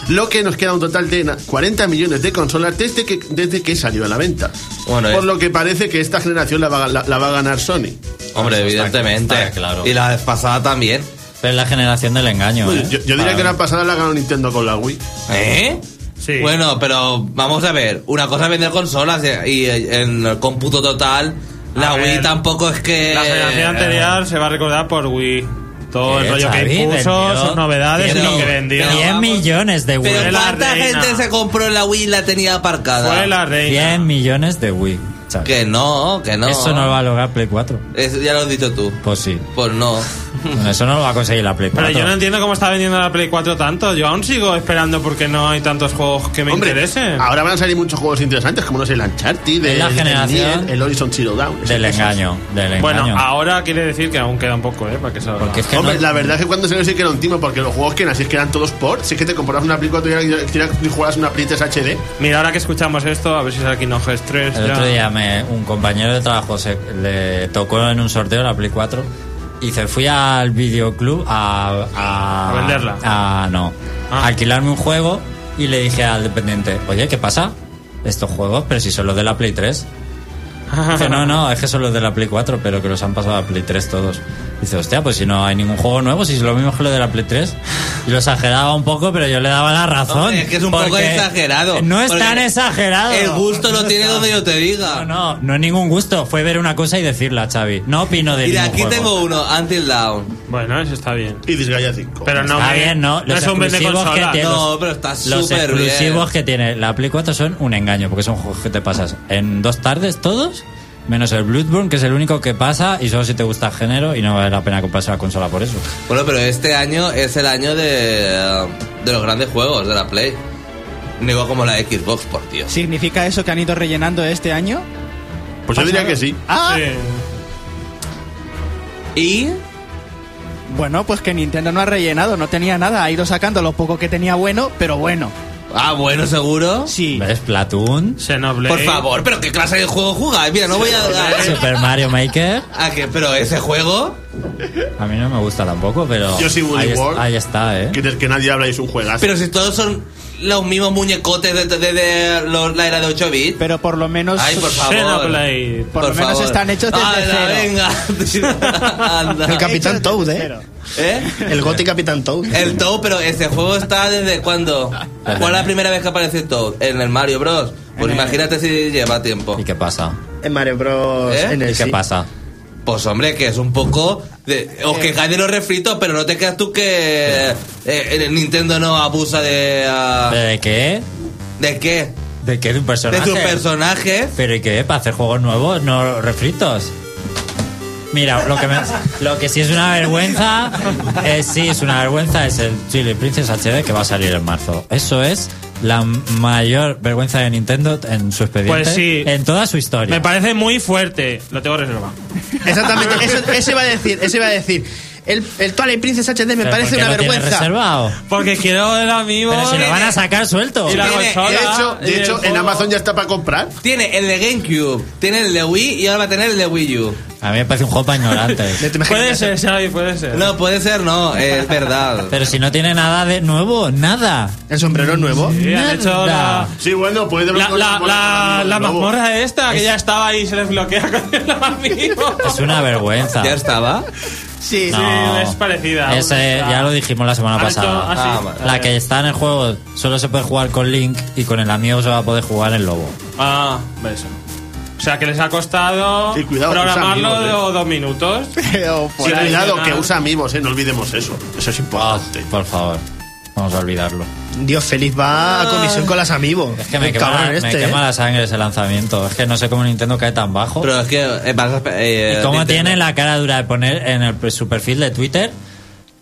[SPEAKER 6] Lo que nos queda un total de na- 40 millones de consolas desde que, desde que salió a la venta.
[SPEAKER 1] Bueno,
[SPEAKER 6] Por
[SPEAKER 1] es-
[SPEAKER 6] lo que parece que esta generación la va, a- la, la va a ganar Sony.
[SPEAKER 1] Hombre,
[SPEAKER 3] Eso está-
[SPEAKER 1] evidentemente.
[SPEAKER 3] está claro.
[SPEAKER 1] Y la vez pasada también.
[SPEAKER 3] Pero es la generación del engaño. ¿eh?
[SPEAKER 6] Yo, yo diría
[SPEAKER 3] Ah,
[SPEAKER 6] que la pasada la ganó Nintendo con la Wii.
[SPEAKER 1] ¿Eh?
[SPEAKER 4] Sí.
[SPEAKER 1] Bueno, pero vamos a ver. Una cosa es vender consolas eh, y eh, en el cómputo total. La
[SPEAKER 4] A
[SPEAKER 1] Wii
[SPEAKER 4] ver,
[SPEAKER 1] tampoco es que.
[SPEAKER 4] La generación anterior se va a recordar por Wii. Todo el
[SPEAKER 3] eh,
[SPEAKER 4] rollo
[SPEAKER 3] Xavi,
[SPEAKER 4] que impuso,
[SPEAKER 3] vendió
[SPEAKER 4] sus novedades y
[SPEAKER 1] pero-
[SPEAKER 4] lo que vendió.
[SPEAKER 1] pero-
[SPEAKER 3] 100 millones de Wii.
[SPEAKER 1] Pero
[SPEAKER 4] Fue la
[SPEAKER 1] ¿cuánta
[SPEAKER 4] reina.
[SPEAKER 1] gente se compró la Wii y la tenía aparcada?
[SPEAKER 4] Fue la reina.
[SPEAKER 3] 100 millones de Wii. Xavi.
[SPEAKER 1] Que no, que no.
[SPEAKER 3] Eso no lo va a lograr Play 4.
[SPEAKER 1] Eso ya lo has dicho tú.
[SPEAKER 3] Pues sí.
[SPEAKER 1] Pues no.
[SPEAKER 3] Bueno, eso no lo va a conseguir la Play 4.
[SPEAKER 4] Pero yo no entiendo cómo está vendiendo la Play 4 tanto. Yo aún sigo esperando porque no hay tantos juegos que me
[SPEAKER 6] Hombre,
[SPEAKER 4] interesen.
[SPEAKER 1] ah,
[SPEAKER 6] ahora van a salir muchos juegos interesantes, como no sé, el Uncharted,
[SPEAKER 3] Es la
[SPEAKER 6] el,
[SPEAKER 3] generación
[SPEAKER 6] Nier, el Horizon Zero Dawn. esas
[SPEAKER 3] Del
[SPEAKER 6] cosas.
[SPEAKER 3] engaño. Del engaño.
[SPEAKER 4] Bueno, ah, ahora quiere decir que aún queda un poco, ¿eh? Para que salga.
[SPEAKER 3] Porque es que
[SPEAKER 6] Hombre,
[SPEAKER 3] no-
[SPEAKER 6] la verdad es que cuando se sí que era un timo, porque los juegos que eran así es que eran todos por. Si es que te comprabas una Play 4 y y- y jugabas una Play 3 HD.
[SPEAKER 4] Mira, ahora que escuchamos esto, a ver si es aquí no 3.
[SPEAKER 3] El
[SPEAKER 4] ya.
[SPEAKER 3] otro día me, un compañero de trabajo se, le tocó en un sorteo la Play 4 y se fui al videoclub a, a...
[SPEAKER 4] A venderla.
[SPEAKER 3] A, no.
[SPEAKER 4] Ah.
[SPEAKER 3] A alquilarme un juego y le dije al dependiente, oye, ¿qué pasa? Estos juegos, pero si son los de la Play 3. Dice, no, no, es que son los de la Play 4, pero que los han pasado a Play 3 todos. Dice, hostia, pues si no hay ningún juego nuevo, si es lo mismo que lo de la Play 3. Y lo exageraba un poco, pero yo le daba la razón.
[SPEAKER 1] Hombre, es que es un poco
[SPEAKER 3] porque
[SPEAKER 1] exagerado.
[SPEAKER 3] No es
[SPEAKER 1] Porque
[SPEAKER 3] tan exagerado.
[SPEAKER 1] El gusto lo tiene donde yo te diga.
[SPEAKER 3] No, no, no es ningún gusto. Fue ver una cosa y decirla, Xavi. No opino de
[SPEAKER 1] y de
[SPEAKER 3] ningún
[SPEAKER 1] aquí
[SPEAKER 3] juego.
[SPEAKER 1] tengo uno, Until Down.
[SPEAKER 4] Bueno, eso está bien.
[SPEAKER 6] Y Disgaea 5.
[SPEAKER 4] Pero no,
[SPEAKER 3] Está
[SPEAKER 4] me-
[SPEAKER 3] bien, ¿no? Los
[SPEAKER 4] es un vende
[SPEAKER 3] exclusivos que
[SPEAKER 4] consola.
[SPEAKER 3] tiene-
[SPEAKER 1] No,
[SPEAKER 3] Eh, los-
[SPEAKER 1] pero está
[SPEAKER 3] Los
[SPEAKER 1] súper bien.
[SPEAKER 3] exclusivos que tiene la Play 4 son un engaño, porque son juegos que te pasas en dos tardes todos, Menos el Bloodborne, que es el único que pasa y solo si te gusta el género y no vale la pena comprarse la consola por eso.
[SPEAKER 1] Bueno, pero este año es el año de, de los grandes juegos, de la Play. Digo como la Xbox, por Dios.
[SPEAKER 5] ¿Significa eso que han ido rellenando este año?
[SPEAKER 6] Pues yo diría que sí.
[SPEAKER 5] ¡Ah!
[SPEAKER 4] Sí.
[SPEAKER 1] Y
[SPEAKER 5] Bueno, pues que Nintendo no ha rellenado, no tenía nada. Ha ido sacando lo poco que tenía bueno, pero bueno.
[SPEAKER 1] Ah, bueno, seguro.
[SPEAKER 5] Sí.
[SPEAKER 3] ¿Ves? Platoon,
[SPEAKER 4] Xenoblade.
[SPEAKER 1] Por favor, pero qué clase de juego jugáis. Mira, no voy a. a-
[SPEAKER 3] Super Mario Maker.
[SPEAKER 1] A, que, pero ese juego.
[SPEAKER 3] A mí no me gusta tampoco, pero.
[SPEAKER 6] Yo sí, Woolly
[SPEAKER 3] ahí, es-
[SPEAKER 6] World.
[SPEAKER 3] ahí está, ¿eh?
[SPEAKER 6] Que, del que nadie habla y es un juegazo.
[SPEAKER 1] Pero si todos son los mismos muñecotes de, de- de los- la era de 8 bits.
[SPEAKER 5] Pero por lo menos.
[SPEAKER 1] Ay, por favor.
[SPEAKER 4] Xenoblade.
[SPEAKER 5] por lo menos están hechos desde
[SPEAKER 1] cero. venga. Anda.
[SPEAKER 8] El Capitán
[SPEAKER 5] Hechos
[SPEAKER 8] Toad,
[SPEAKER 5] desde
[SPEAKER 8] ¿eh?
[SPEAKER 5] cero.
[SPEAKER 1] ¿Eh?
[SPEAKER 8] El Gotti Capitán Toad.
[SPEAKER 1] El Toad, pero ese juego está desde cuándo? ¿Cuál es la primera vez que aparece Toad? En el Mario Bros.
[SPEAKER 5] En
[SPEAKER 1] Pues
[SPEAKER 5] el-
[SPEAKER 1] imagínate si lleva tiempo.
[SPEAKER 3] ¿Y qué pasa?
[SPEAKER 8] En Mario Bros.
[SPEAKER 1] ¿Eh?
[SPEAKER 8] en el
[SPEAKER 3] ¿Y qué
[SPEAKER 8] sí.
[SPEAKER 3] pasa?
[SPEAKER 1] Pues hombre, que es un poco... De, os quejáis de los refritos, pero no te creas tú que eh, eh, Nintendo no abusa de... ah,
[SPEAKER 3] ¿Pero de qué?
[SPEAKER 1] ¿De qué?
[SPEAKER 3] ¿De qué? ¿De un
[SPEAKER 1] De
[SPEAKER 3] personaje?
[SPEAKER 1] sus personajes.
[SPEAKER 3] ¿Pero y qué? ¿Para hacer juegos nuevos? ¿No refritos? Mira, lo que, me- lo que sí es una vergüenza, eh, sí es una vergüenza, es el Chili Princess HD que va a salir en marzo. Eso es la mayor vergüenza de Nintendo en su expediente.
[SPEAKER 4] Pues sí.
[SPEAKER 3] En toda su historia.
[SPEAKER 4] Me parece muy fuerte. Lo tengo reservado.
[SPEAKER 8] Exactamente, eso, eso iba a decir, eso iba a decir. El, el Twilight Princess HD me
[SPEAKER 3] ¿Pero
[SPEAKER 8] parece
[SPEAKER 3] por qué
[SPEAKER 8] una
[SPEAKER 3] lo tienes
[SPEAKER 8] vergüenza.
[SPEAKER 3] reservado?
[SPEAKER 4] Porque quiero el amigo.
[SPEAKER 3] Pero si lo van a sacar suelto.
[SPEAKER 4] Y la
[SPEAKER 1] Tiene-
[SPEAKER 4] consola.
[SPEAKER 6] de hecho,
[SPEAKER 4] y
[SPEAKER 6] de
[SPEAKER 3] eh,
[SPEAKER 4] el
[SPEAKER 6] hecho en
[SPEAKER 4] juego.
[SPEAKER 6] Amazon ya está para comprar.
[SPEAKER 1] Tiene el de GameCube, tiene el de Wii y ahora va a tener el de Wii U.
[SPEAKER 3] A mí me parece un juego para ignorantes.
[SPEAKER 8] ¿Te imaginas?
[SPEAKER 4] Puede ser, Xavi, puede ser.
[SPEAKER 1] No, puede ser, no, es verdad.
[SPEAKER 3] Pero si no tiene nada de nuevo, nada.
[SPEAKER 8] El sombrero nuevo.
[SPEAKER 4] Sí, han hecho la,
[SPEAKER 3] Nada.
[SPEAKER 6] Sí, bueno, puede
[SPEAKER 4] la, la, la, la
[SPEAKER 6] Lobo.
[SPEAKER 4] mazmorra esta que ya estaba ahí y se desbloquea con el amigo.
[SPEAKER 3] Es una vergüenza.
[SPEAKER 1] ¿Ya estaba?
[SPEAKER 8] Sí,
[SPEAKER 4] No. es parecida.
[SPEAKER 3] Ese,
[SPEAKER 4] Una-
[SPEAKER 3] ya lo dijimos la semana
[SPEAKER 4] Han hecho
[SPEAKER 3] pasada.
[SPEAKER 4] así.
[SPEAKER 1] Ah, vale.
[SPEAKER 3] La que está en el juego solo se puede jugar con Link y con el amigo se va a poder jugar el lobo.
[SPEAKER 4] Ah, eso. O sea, que les ha costado
[SPEAKER 6] Sí, cuidado, que usa
[SPEAKER 4] programarlo
[SPEAKER 6] amigos, eh.
[SPEAKER 4] do- dos minutos.
[SPEAKER 8] O por
[SPEAKER 6] Sí,
[SPEAKER 8] ahí.
[SPEAKER 6] cuidado, que
[SPEAKER 4] adicional.
[SPEAKER 6] usa amigos, eh, no olvidemos eso. Eso es importante.
[SPEAKER 3] Por favor, vamos a olvidarlo.
[SPEAKER 8] Dios feliz
[SPEAKER 5] Ah.
[SPEAKER 8] va a comisión con las amigos.
[SPEAKER 3] Es que me, quema,
[SPEAKER 8] cabrón
[SPEAKER 3] la- me
[SPEAKER 8] este. ¿eh?
[SPEAKER 3] quema la sangre ese lanzamiento. Es que no sé cómo Nintendo cae tan bajo.
[SPEAKER 1] Pero es que... eh, vas a- eh,
[SPEAKER 3] ¿Y cómo
[SPEAKER 1] Nintendo.
[SPEAKER 3] tiene la cara dura de poner en el, su perfil de Twitter?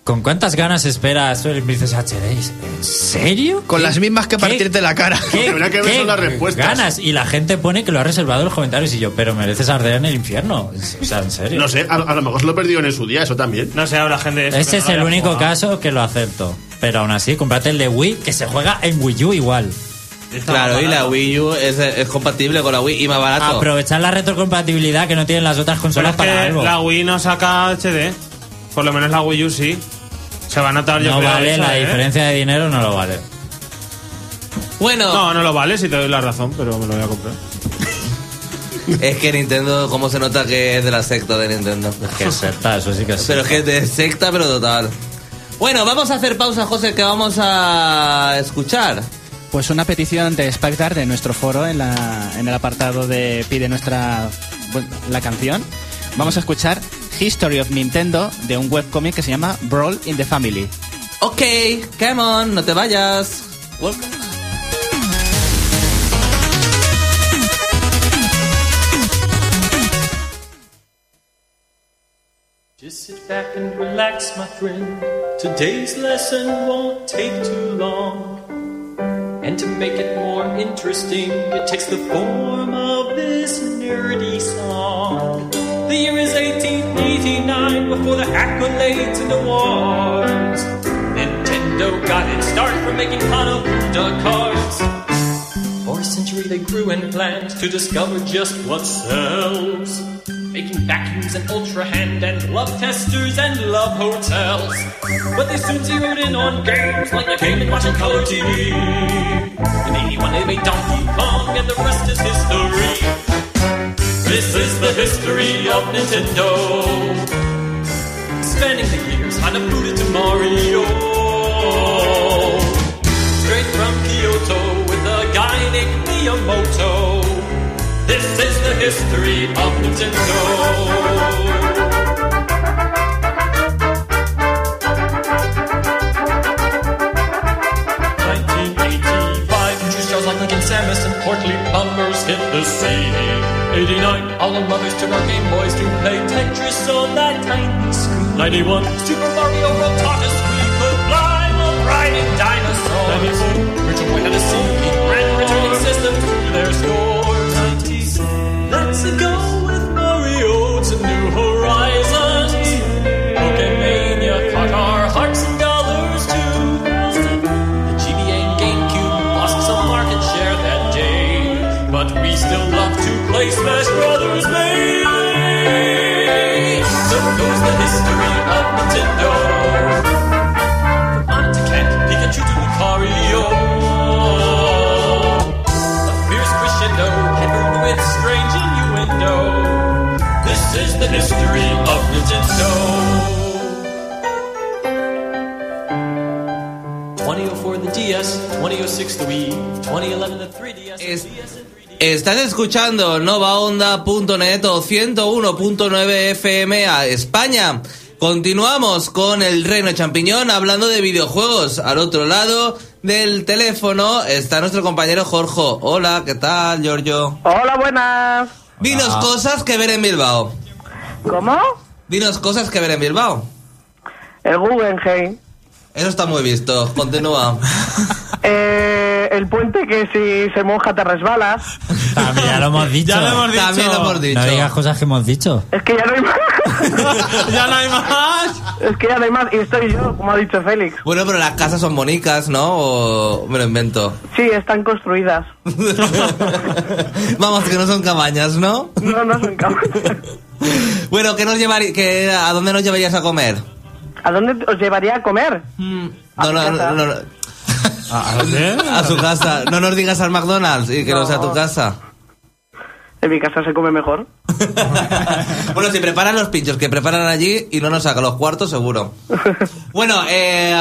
[SPEAKER 3] ¿Con cuántas ganas espera Twilight Princess HD? ¿En serio?
[SPEAKER 8] Con
[SPEAKER 3] ¿Qué-
[SPEAKER 8] las mismas que
[SPEAKER 3] qué-
[SPEAKER 8] partirte la cara.
[SPEAKER 3] ¿Qué,
[SPEAKER 6] que habrá que ver
[SPEAKER 3] qué
[SPEAKER 6] son las respuestas.
[SPEAKER 3] Ganas. Y la gente pone que lo ha reservado en los comentarios. Y yo, pero mereces arder en el infierno. O sea, en serio.
[SPEAKER 6] No sé, a, a lo mejor lo perdió en su día, eso también.
[SPEAKER 4] No sé, habrá gente de eso que no
[SPEAKER 3] Ese es
[SPEAKER 4] lo
[SPEAKER 3] el
[SPEAKER 4] haya
[SPEAKER 3] único
[SPEAKER 4] jugado.
[SPEAKER 3] caso que lo acepto. Pero aún así, comprate el de Wii, que se juega en Wii U igual.
[SPEAKER 4] Está
[SPEAKER 1] Claro, y la
[SPEAKER 4] barato.
[SPEAKER 1] Wii U es, es compatible con la Wii y más barato.
[SPEAKER 3] Aprovechar la retrocompatibilidad que no tienen las otras
[SPEAKER 4] Pero
[SPEAKER 3] consolas
[SPEAKER 4] es
[SPEAKER 3] para
[SPEAKER 4] que
[SPEAKER 3] algo.
[SPEAKER 4] la Wii no saca HD. Por lo menos la Wii U sí. Se va a notar yo
[SPEAKER 3] No
[SPEAKER 4] creo,
[SPEAKER 3] vale,
[SPEAKER 4] eso,
[SPEAKER 3] la
[SPEAKER 4] ¿eh?
[SPEAKER 3] diferencia de dinero no lo vale.
[SPEAKER 1] Bueno,
[SPEAKER 4] No, no lo vale si te doy la razón, pero me lo voy a comprar.
[SPEAKER 1] es que Nintendo, ¿cómo se nota que es de la secta de Nintendo?
[SPEAKER 3] Es que es secta, eso sí que es.
[SPEAKER 1] Pero es que
[SPEAKER 3] secta.
[SPEAKER 1] es de secta, pero total. Bueno, vamos a hacer pausa, José, que vamos a escuchar.
[SPEAKER 5] Pues una petición de Spagdar de nuestro foro en, la, en el apartado de pide nuestra bueno, la canción. Vamos a escuchar History of Nintendo de un webcomic que se llama Brawl in the Family.
[SPEAKER 1] Ok, come on, no te vayas. Welcome.
[SPEAKER 9] Just sit back and relax, my friend. Today's lesson won't take too long. And to make it more interesting, it takes the form of this nerdy song. The year is 1889, before the accolades and awards. Nintendo got its start from making fun of the cards. For a century they grew and planned to discover just what sells. Making vacuums and ultra hand and love testers and love hotels. But they soon zeroed in on games like the game and watching color TV. In 81 they made Donkey Kong and the rest is history. This is the history of Nintendo. Spanning the years, Hanabuda to Mario straight from Kyoto with a guy named Miyamoto. This is the history of Nintendo. Nineteen eighty-five, Two stars like Lincoln Samus and portly bummers hit the scene. 89, all the mothers
[SPEAKER 10] face on that tiny screen. 91. Super Mario Bros. taught us we could fly while riding dinosaurs. 94. Richard White had a sinking grand returning system to their score. 96. Let's go with Mario to New Horizons. Pokemania caught our hearts and dollars too. The GBA and GameCube lost some market share that day, but we still love to play Smash Brothers Melee. So goes the history of Nintendo. From Montecat, Pikachu to Lucario. The fierce crescendo peppered with strange innuendo. This is the history of Nintendo. 2004 the DS, 2006 the Wii, 2011 the 3DS,
[SPEAKER 1] Es-
[SPEAKER 10] the DS and 3DS.
[SPEAKER 1] Estás escuchando novaonda.net o 101.9 FM a España. Continuamos con el Reino Champiñón hablando de videojuegos. Al otro lado del teléfono está nuestro compañero Jorge. Hola, ¿qué tal, Giorgio?
[SPEAKER 9] Hola, buenas.
[SPEAKER 1] Dinos cosas que ver en Bilbao.
[SPEAKER 9] ¿Cómo?
[SPEAKER 1] Dinos cosas que ver en Bilbao.
[SPEAKER 9] El Guggenheim.
[SPEAKER 1] Eso está muy visto. Continúa.
[SPEAKER 9] Eh, el puente que si se moja te resbalas.
[SPEAKER 3] También ya lo hemos dicho.
[SPEAKER 4] Ya lo hemos dicho.
[SPEAKER 1] También lo hemos dicho.
[SPEAKER 3] No digas cosas que hemos dicho.
[SPEAKER 9] Es que ya no hay más.
[SPEAKER 4] ya no hay más.
[SPEAKER 9] es que ya no hay más. Y estoy yo, como ha dicho Félix.
[SPEAKER 1] Bueno, pero las casas son bonicas, ¿no? O me lo invento.
[SPEAKER 9] Sí, están construidas.
[SPEAKER 1] Vamos, que no son cabañas, ¿no?
[SPEAKER 9] No, no son camas.
[SPEAKER 1] Bueno, ¿qué nos llevari- qué- ¿a dónde nos llevarías a comer?
[SPEAKER 9] ¿A dónde os llevaría a comer? A
[SPEAKER 1] No,
[SPEAKER 9] mi
[SPEAKER 1] no,
[SPEAKER 9] casa.
[SPEAKER 1] no, no.
[SPEAKER 4] Ah, ¿A dónde?
[SPEAKER 1] A su casa. No nos digas al McDonald's y que no, sea a tu casa.
[SPEAKER 9] En mi casa se come mejor.
[SPEAKER 1] bueno, si preparan los pinchos que preparan allí y no nos saca los cuartos, seguro. Bueno, eh,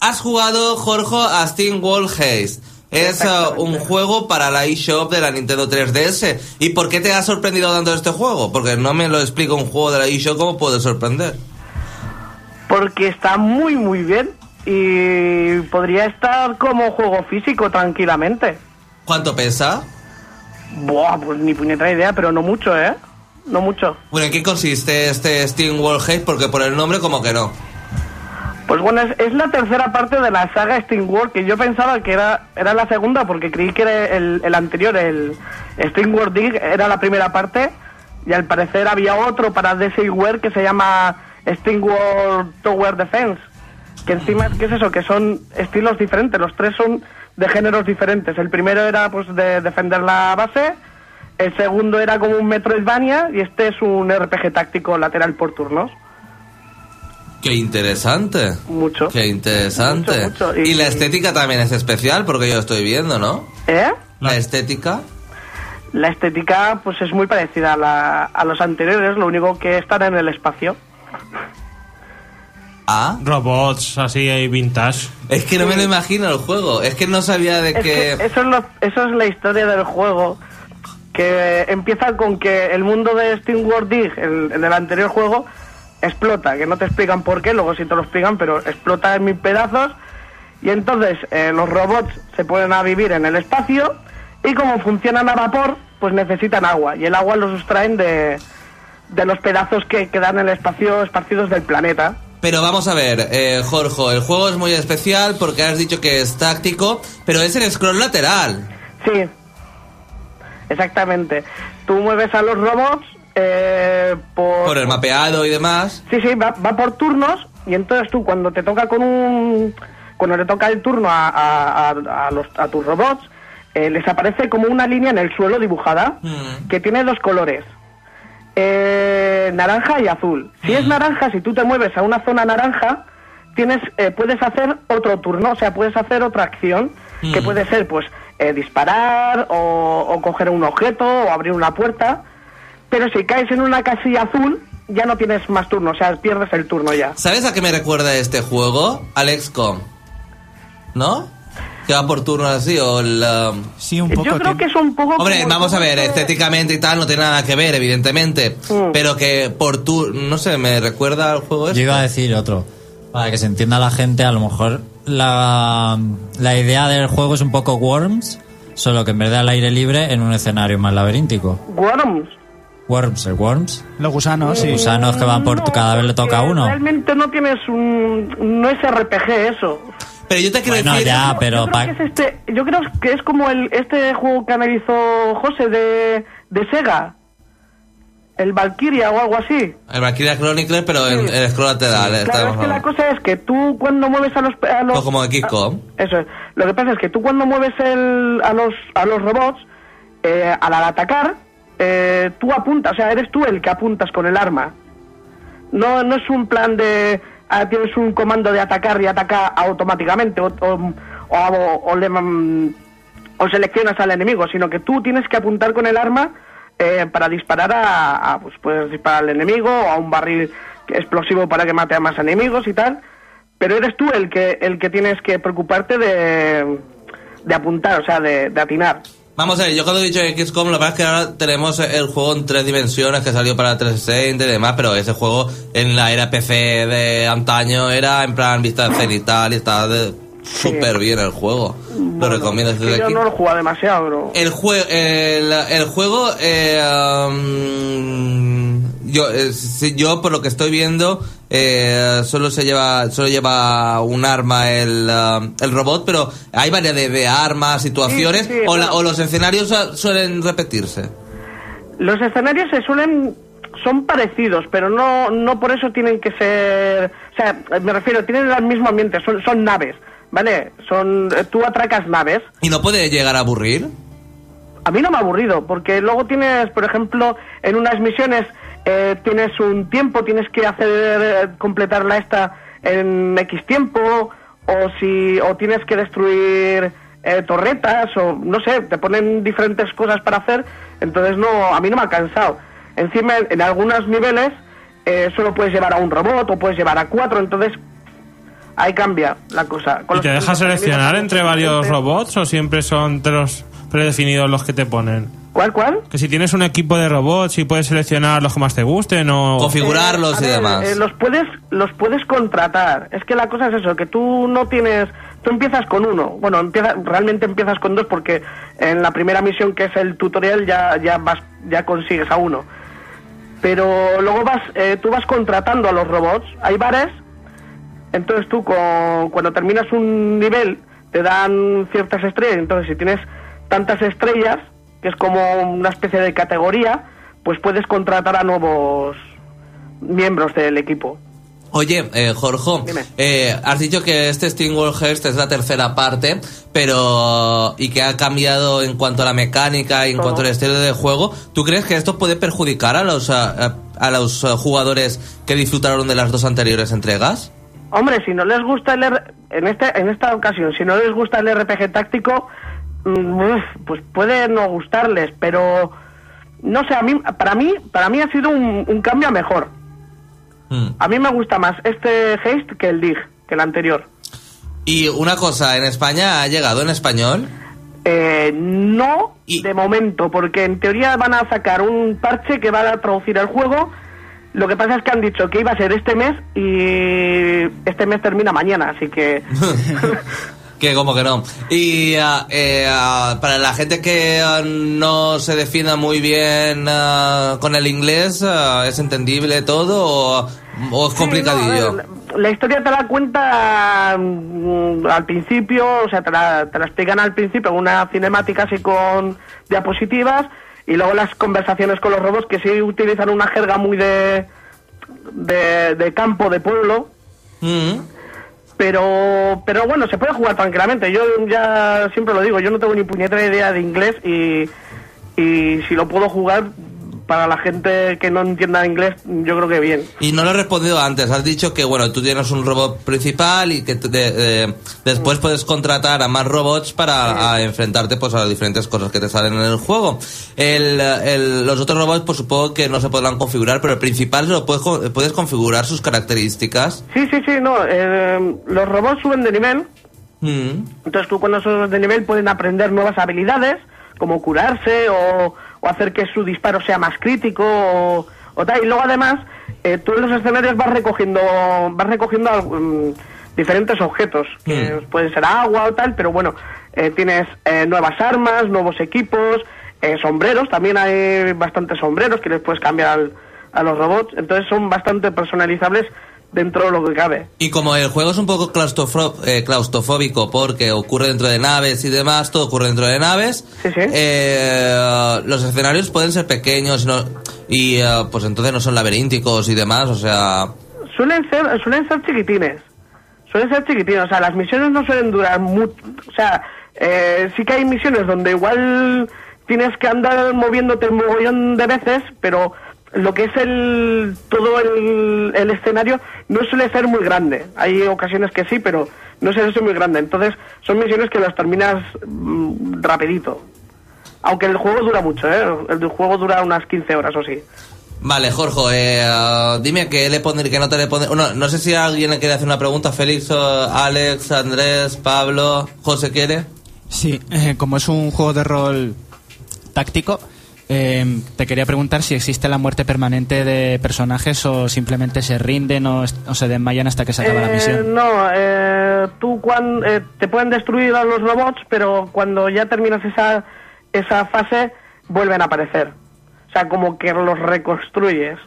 [SPEAKER 1] has jugado, Jorge, a Steam Wall Haze. Es eh, un juego para la eShop de la Nintendo 3DS. ¿Y por qué te ha sorprendido tanto este juego? Porque no me lo explica un juego de la eShop, ¿cómo puede sorprender?
[SPEAKER 9] Porque está muy, muy bien. Y podría estar como juego físico tranquilamente.
[SPEAKER 1] ¿Cuánto pesa?
[SPEAKER 9] Buah, pues ni puñetera idea, pero no mucho, ¿eh? No mucho.
[SPEAKER 1] Bueno, ¿en qué consiste este Steam Wall Haze? Porque por el nombre como que no.
[SPEAKER 9] Pues bueno, es, es la tercera parte de la saga Steam World, que yo pensaba que era, era la segunda, porque creí que era el, el anterior, el Steam World Dig, era la primera parte, y al parecer había otro para DCWare que se llama Steam World Tower Defense. Que encima, ¿qué es eso? Que son estilos diferentes, los tres son de géneros diferentes. El primero era pues de defender la base, el segundo era como un Metroidvania, y este es un RPG táctico lateral por turnos.
[SPEAKER 1] Qué interesante.
[SPEAKER 9] Mucho.
[SPEAKER 1] Qué interesante.
[SPEAKER 9] Mucho, mucho.
[SPEAKER 1] Y,
[SPEAKER 9] Y-
[SPEAKER 1] la estética también es especial porque yo estoy viendo, ¿no?
[SPEAKER 9] ¿Eh?
[SPEAKER 1] La estética.
[SPEAKER 9] La estética pues es muy parecida a, la- a los anteriores, lo único que están en el espacio.
[SPEAKER 1] Ah.
[SPEAKER 4] Robots así hay vintage.
[SPEAKER 1] Es que no me lo imagino el juego. Es que no sabía de
[SPEAKER 9] Es que
[SPEAKER 1] qué.
[SPEAKER 9] eso, es lo- eso es la historia del juego, que empieza con que el mundo de Steam World Dig, el, el del anterior juego, explota, que no te explican por qué, luego sí te lo explican, pero explota en mil pedazos y entonces eh, los robots se ponen a vivir en el espacio y como funcionan a vapor, pues necesitan agua y el agua lo sustraen de, de los pedazos que quedan en el espacio esparcidos del planeta.
[SPEAKER 1] Pero vamos a ver, eh, Jorge, el juego es muy especial porque has dicho que es táctico, pero es el scroll lateral.
[SPEAKER 9] Sí, exactamente. Tú mueves a los robots eh, por...
[SPEAKER 1] Por el mapeado y demás.
[SPEAKER 9] Sí, sí, va, va por turnos y entonces tú cuando te toca con un... Cuando le toca el turno a, a- a- a los, a tus robots, eh, les aparece como una línea en el suelo dibujada
[SPEAKER 1] Mm.
[SPEAKER 9] que tiene dos colores. eh, naranja y azul. Si es naranja, si tú te mueves a una zona naranja, tienes, eh, puedes hacer otro turno, o sea, puedes hacer otra acción que
[SPEAKER 1] Mm.
[SPEAKER 9] puede ser, pues, eh, disparar o, o coger un objeto o abrir una puerta. Pero si caes en una casilla azul, ya no tienes más turno, o sea, pierdes el turno ya.
[SPEAKER 1] ¿Sabes a qué me recuerda este juego? Alexcom. ¿No? Que va por turno así o el. um,
[SPEAKER 2] Sí, un poco.
[SPEAKER 9] Yo creo
[SPEAKER 2] tiene-
[SPEAKER 9] que es un poco.
[SPEAKER 1] Hombre,
[SPEAKER 9] como-
[SPEAKER 1] vamos a ver, estéticamente y tal no tiene nada que ver, evidentemente.
[SPEAKER 9] Mm.
[SPEAKER 1] Pero que por tu. No sé, me recuerda al juego
[SPEAKER 3] Yo
[SPEAKER 1] este.
[SPEAKER 3] iba a decir otro. Para que se entienda la gente, a lo mejor la, la idea del juego es un poco Worms, solo que en vez de al aire libre, en un escenario más laberíntico.
[SPEAKER 9] Worms.
[SPEAKER 3] Worms, el Worms.
[SPEAKER 2] Los gusanos, sí.
[SPEAKER 3] Gusanos que van por
[SPEAKER 9] No,
[SPEAKER 3] cada vez le toca
[SPEAKER 9] porque
[SPEAKER 3] uno.
[SPEAKER 9] Realmente no tienes un. No es RPG eso.
[SPEAKER 1] Pero yo te quiero
[SPEAKER 3] Bueno,
[SPEAKER 1] decir.
[SPEAKER 3] ya, pero
[SPEAKER 9] yo,
[SPEAKER 3] pa-
[SPEAKER 9] creo que es este, yo creo que es como el, este juego que analizó José de, de Sega. El Valkyria o algo así.
[SPEAKER 1] El Valkyria Chronicles, pero en
[SPEAKER 9] Sí.
[SPEAKER 1] el scroll lateral.
[SPEAKER 9] Claro, es
[SPEAKER 1] estamos
[SPEAKER 9] que la
[SPEAKER 1] hablando.
[SPEAKER 9] cosa es que tú cuando mueves a los... A los
[SPEAKER 1] O como de XCOM.
[SPEAKER 9] a- Eso es. Lo que pasa es que tú cuando mueves el, a, los, a los robots, eh, al, al atacar, eh, tú apuntas, o sea, eres tú el que apuntas con el arma. No, no es un plan de... ah, tienes un comando de atacar y ataca automáticamente o, o, o- o le, mm, o seleccionas al enemigo, sino que tú tienes que apuntar con el arma eh, para disparar a, a, pues puedes disparar al enemigo o a un barril explosivo para que mate a más enemigos y tal, pero eres tú el que el que tienes que preocuparte de, de apuntar, o sea, de, de atinar.
[SPEAKER 1] Vamos a ver, yo cuando he dicho XCOM, lo que pasa es que ahora tenemos el juego en tres dimensiones que salió para 360 y demás, pero ese juego en la era PC de antaño era en plan vista cenital y estaba de- súper bien el juego. lo recomiendo
[SPEAKER 9] Es que
[SPEAKER 1] desde
[SPEAKER 9] yo
[SPEAKER 1] aquí.
[SPEAKER 9] no lo juego demasiado, bro.
[SPEAKER 1] El, jue- el, el juego, eh, um, yo, eh, si- yo por lo que estoy viendo, eh, solo se lleva, solo lleva un arma el, um, el robot, pero hay varias de, de armas, situaciones,
[SPEAKER 9] Sí, sí, sí,
[SPEAKER 1] o, la-
[SPEAKER 9] claro.
[SPEAKER 1] o los escenarios su- suelen repetirse.
[SPEAKER 9] Los escenarios se suelen son parecidos, pero no no por eso tienen que ser, o sea, me refiero, tienen el mismo ambiente, son son naves, ¿vale? Son eh, tú atracas naves
[SPEAKER 1] ¿Y no puede llegar a aburrir?
[SPEAKER 9] A mí no me ha aburrido, porque luego tienes, por ejemplo, en unas misiones eh, tienes un tiempo, tienes que hacer eh, completarla esta en X tiempo, o si o tienes que destruir eh, torretas, o no sé, te ponen diferentes cosas para hacer, entonces no, a mí no me ha cansado. Encima, en algunos niveles eh, solo puedes llevar a un robot o puedes llevar a cuatro, entonces ahí cambia la cosa.
[SPEAKER 4] ¿Y
[SPEAKER 9] Con los-
[SPEAKER 4] te deja seleccionar entre varios robots o siempre son los predefinidos los que te ponen?
[SPEAKER 9] ¿Cuál, cuál?
[SPEAKER 4] Que si tienes un equipo de robots y puedes seleccionar los que más te gusten o...
[SPEAKER 1] Configurarlos
[SPEAKER 9] Eh, a
[SPEAKER 1] y
[SPEAKER 9] ver,
[SPEAKER 1] demás.
[SPEAKER 9] eh, los puedes los puedes contratar. Es que la cosa es eso, que tú no tienes tú empiezas con uno. Bueno, empieza, realmente empiezas con dos porque en la primera misión que es el tutorial ya ya vas ya consigues a uno. Pero luego vas eh, tú vas contratando a los robots. Hay bares entonces tú con- cuando terminas un nivel te dan ciertas estrellas. Entonces si tienes tantas estrellas, que es como una especie de categoría, pues puedes contratar a nuevos miembros del equipo.
[SPEAKER 1] Oye, eh, Jorge,
[SPEAKER 9] Dime.
[SPEAKER 1] eh, has dicho que este Steam World Hearts es la tercera parte, pero. y que ha cambiado en cuanto a la mecánica y en
[SPEAKER 9] Todo.
[SPEAKER 1] cuanto al estilo de juego. ¿Tú crees que esto puede perjudicar a los, a, a- a los eh, jugadores que disfrutaron de las dos anteriores entregas?
[SPEAKER 9] Hombre, si no les gusta el R- en este en esta ocasión, si no les gusta el RPG táctico, mm, uf, pues puede no gustarles, pero no sé, a mí para mí para mí ha sido un, un cambio a mejor.
[SPEAKER 1] Mm.
[SPEAKER 9] A mí me gusta más este Haste que el Dig, que el anterior.
[SPEAKER 1] Y una cosa, ¿en España ha llegado en español?
[SPEAKER 9] Eh, no,
[SPEAKER 1] Y-
[SPEAKER 9] de momento, porque en teoría van a sacar un parche que va a traducir el juego. Lo que pasa es que han dicho que iba a ser este mes y este mes termina mañana, así que...
[SPEAKER 1] Que como que no. Y ah, eh, ah, para la gente que ah, no se defina muy bien ah, con el inglés, ah, ¿es entendible todo o, o es complicadillo?
[SPEAKER 9] Sí, no, a ver, la- la historia te la cuenta mm, al principio, o sea, te la, te la explican al principio en una cinemática así con diapositivas y luego las conversaciones con los robots que sí utilizan una jerga muy de, de, de campo, de pueblo,
[SPEAKER 1] Mm.
[SPEAKER 9] pero pero bueno se puede jugar tranquilamente yo ya siempre lo digo yo no tengo ni puñetera idea de inglés y, y si lo puedo jugar para la gente que no entienda inglés yo creo que bien
[SPEAKER 1] Y no lo he respondido antes. Has dicho que, bueno, tú tienes un robot principal y que te- de- eh, después puedes contratar a más robots para a enfrentarte pues, a las diferentes cosas que te salen en el juego. El, eh, el- los otros robots, pues supongo que no se podrán configurar, pero el principal lo puedes, co- puedes configurar sus características.
[SPEAKER 9] sí sí sí no eh, los robots suben de nivel
[SPEAKER 1] Mm.
[SPEAKER 9] entonces tú cuando subes de nivel pueden aprender nuevas habilidades como curarse o, o hacer que su disparo sea más crítico o, o tal y luego además eh, tú en los escenarios vas recogiendo vas recogiendo mm, diferentes objetos que
[SPEAKER 1] Mm.
[SPEAKER 9] pueden ser agua o tal, pero bueno, eh, tienes eh, nuevas armas, nuevos equipos, eh, sombreros, también hay bastantes sombreros que les puedes cambiar al- a los robots, entonces son bastante personalizables dentro de lo que cabe.
[SPEAKER 1] Y como el juego es un poco claustrofro- eh, claustrofóbico porque ocurre dentro de naves y demás, todo ocurre dentro de naves,
[SPEAKER 9] Sí, sí.
[SPEAKER 1] eh, los escenarios pueden ser pequeños y, no- y, eh, pues entonces no son laberínticos y demás, o sea...
[SPEAKER 9] Suelen ser, suelen ser chiquitines, suelen ser chiquitines, o sea, las misiones no suelen durar mucho, o sea, eh, sí que hay misiones donde igual tienes que andar moviéndote un mogollón de veces, pero lo que es el todo el, el escenario no suele ser muy grande. Hay ocasiones que sí, pero no suele ser muy grande. Entonces son misiones que las terminas mm, rapidito. Aunque el juego dura mucho, ¿eh? El juego dura unas 15 horas o sí.
[SPEAKER 1] Vale, Jorge, eh, ah, dime qué le pondré, qué no te le pondré... No, no sé si alguien le quiere hacer una pregunta, Félix, eh, Alex, Andrés, Pablo, José quiere.
[SPEAKER 2] Sí, eh, como es un juego de rol táctico, eh, te quería preguntar si existe la muerte permanente de personajes o simplemente se rinden o, est- o se desmayan hasta que se acaba la
[SPEAKER 9] Eh,
[SPEAKER 2] misión.
[SPEAKER 9] No, eh, tú cuan- eh, te pueden destruir a los robots, pero cuando ya terminas esa, esa fase, vuelven a aparecer. O sea, como que los reconstruyes.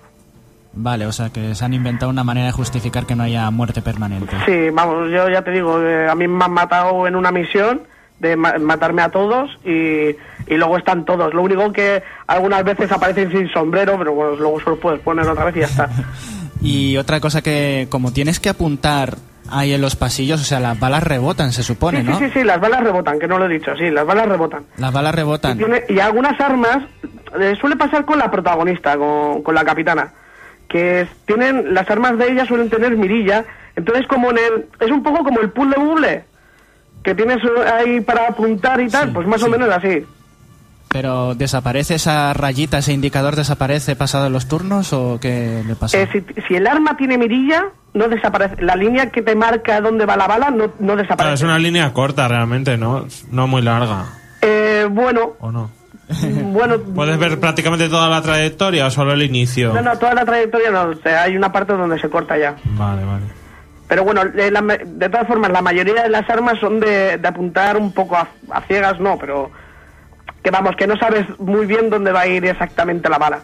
[SPEAKER 2] Vale, o sea que se han inventado una manera de justificar que no haya muerte permanente.
[SPEAKER 9] Sí, vamos, yo ya te digo, eh, a mí me han matado en una misión de ma- matarme a todos y, y luego están todos. Lo único que algunas veces aparecen sin sombrero, pero bueno, luego se los puedes poner otra vez y ya está.
[SPEAKER 2] Y otra cosa que, como tienes que apuntar ahí en los pasillos, o sea, las balas rebotan, se supone,
[SPEAKER 9] Sí,
[SPEAKER 2] ¿no?
[SPEAKER 9] sí, sí, sí, las balas rebotan, que no lo he dicho, sí, las balas rebotan.
[SPEAKER 2] Las balas rebotan.
[SPEAKER 9] Tiene- y algunas armas eh, suele pasar con la protagonista, con, con la capitana, que es- tienen las armas de ella suelen tener mirilla, entonces como en el es un poco como el puzzle buble que tienes eh, ahí para apuntar y tal,
[SPEAKER 2] Sí,
[SPEAKER 9] pues más o
[SPEAKER 2] sí.
[SPEAKER 9] menos así.
[SPEAKER 2] Pero desaparece esa rayita, ese indicador desaparece pasado los turnos o qué le pasa?
[SPEAKER 9] Eh, si, si el arma tiene mirilla no desaparece, la línea que te marca dónde va la bala no, no
[SPEAKER 4] Claro, es
[SPEAKER 9] desaparece.
[SPEAKER 4] una línea corta realmente, ¿no? No muy larga,
[SPEAKER 9] Eh, bueno,
[SPEAKER 4] ¿o no?
[SPEAKER 9] bueno.
[SPEAKER 4] ¿Puedes ver prácticamente toda la trayectoria o solo el inicio?
[SPEAKER 9] No, no, toda la trayectoria no, o sea, hay una parte donde se corta ya.
[SPEAKER 4] Vale, vale.
[SPEAKER 9] Pero bueno, de, la- de todas formas, la mayoría de las armas son de, de apuntar un poco a, a ciegas, no, pero que vamos, que no sabes muy bien dónde va a ir exactamente la bala.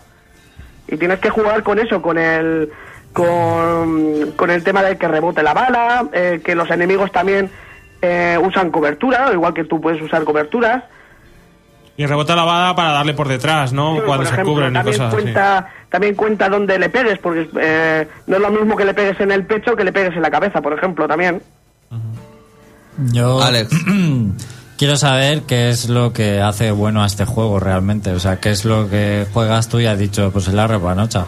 [SPEAKER 9] Y tienes que jugar con eso, con el con, con el tema de que rebote la bala, eh, que los enemigos también eh, usan cobertura, igual que tú puedes usar coberturas.
[SPEAKER 4] Y rebota la bala para darle por detrás, ¿no?
[SPEAKER 9] Por
[SPEAKER 4] Cuando se
[SPEAKER 9] ejemplo,
[SPEAKER 4] cubren y
[SPEAKER 9] también
[SPEAKER 4] cosas así.
[SPEAKER 9] cuenta, También cuenta dónde le pegues, porque eh, no es lo mismo que le pegues en el pecho que le pegues en la cabeza, por ejemplo, también.
[SPEAKER 3] Yo
[SPEAKER 1] Alex.
[SPEAKER 3] quiero saber qué es lo que hace bueno a este juego realmente. O sea, qué es lo que juegas tú y has dicho, pues el arre panocha.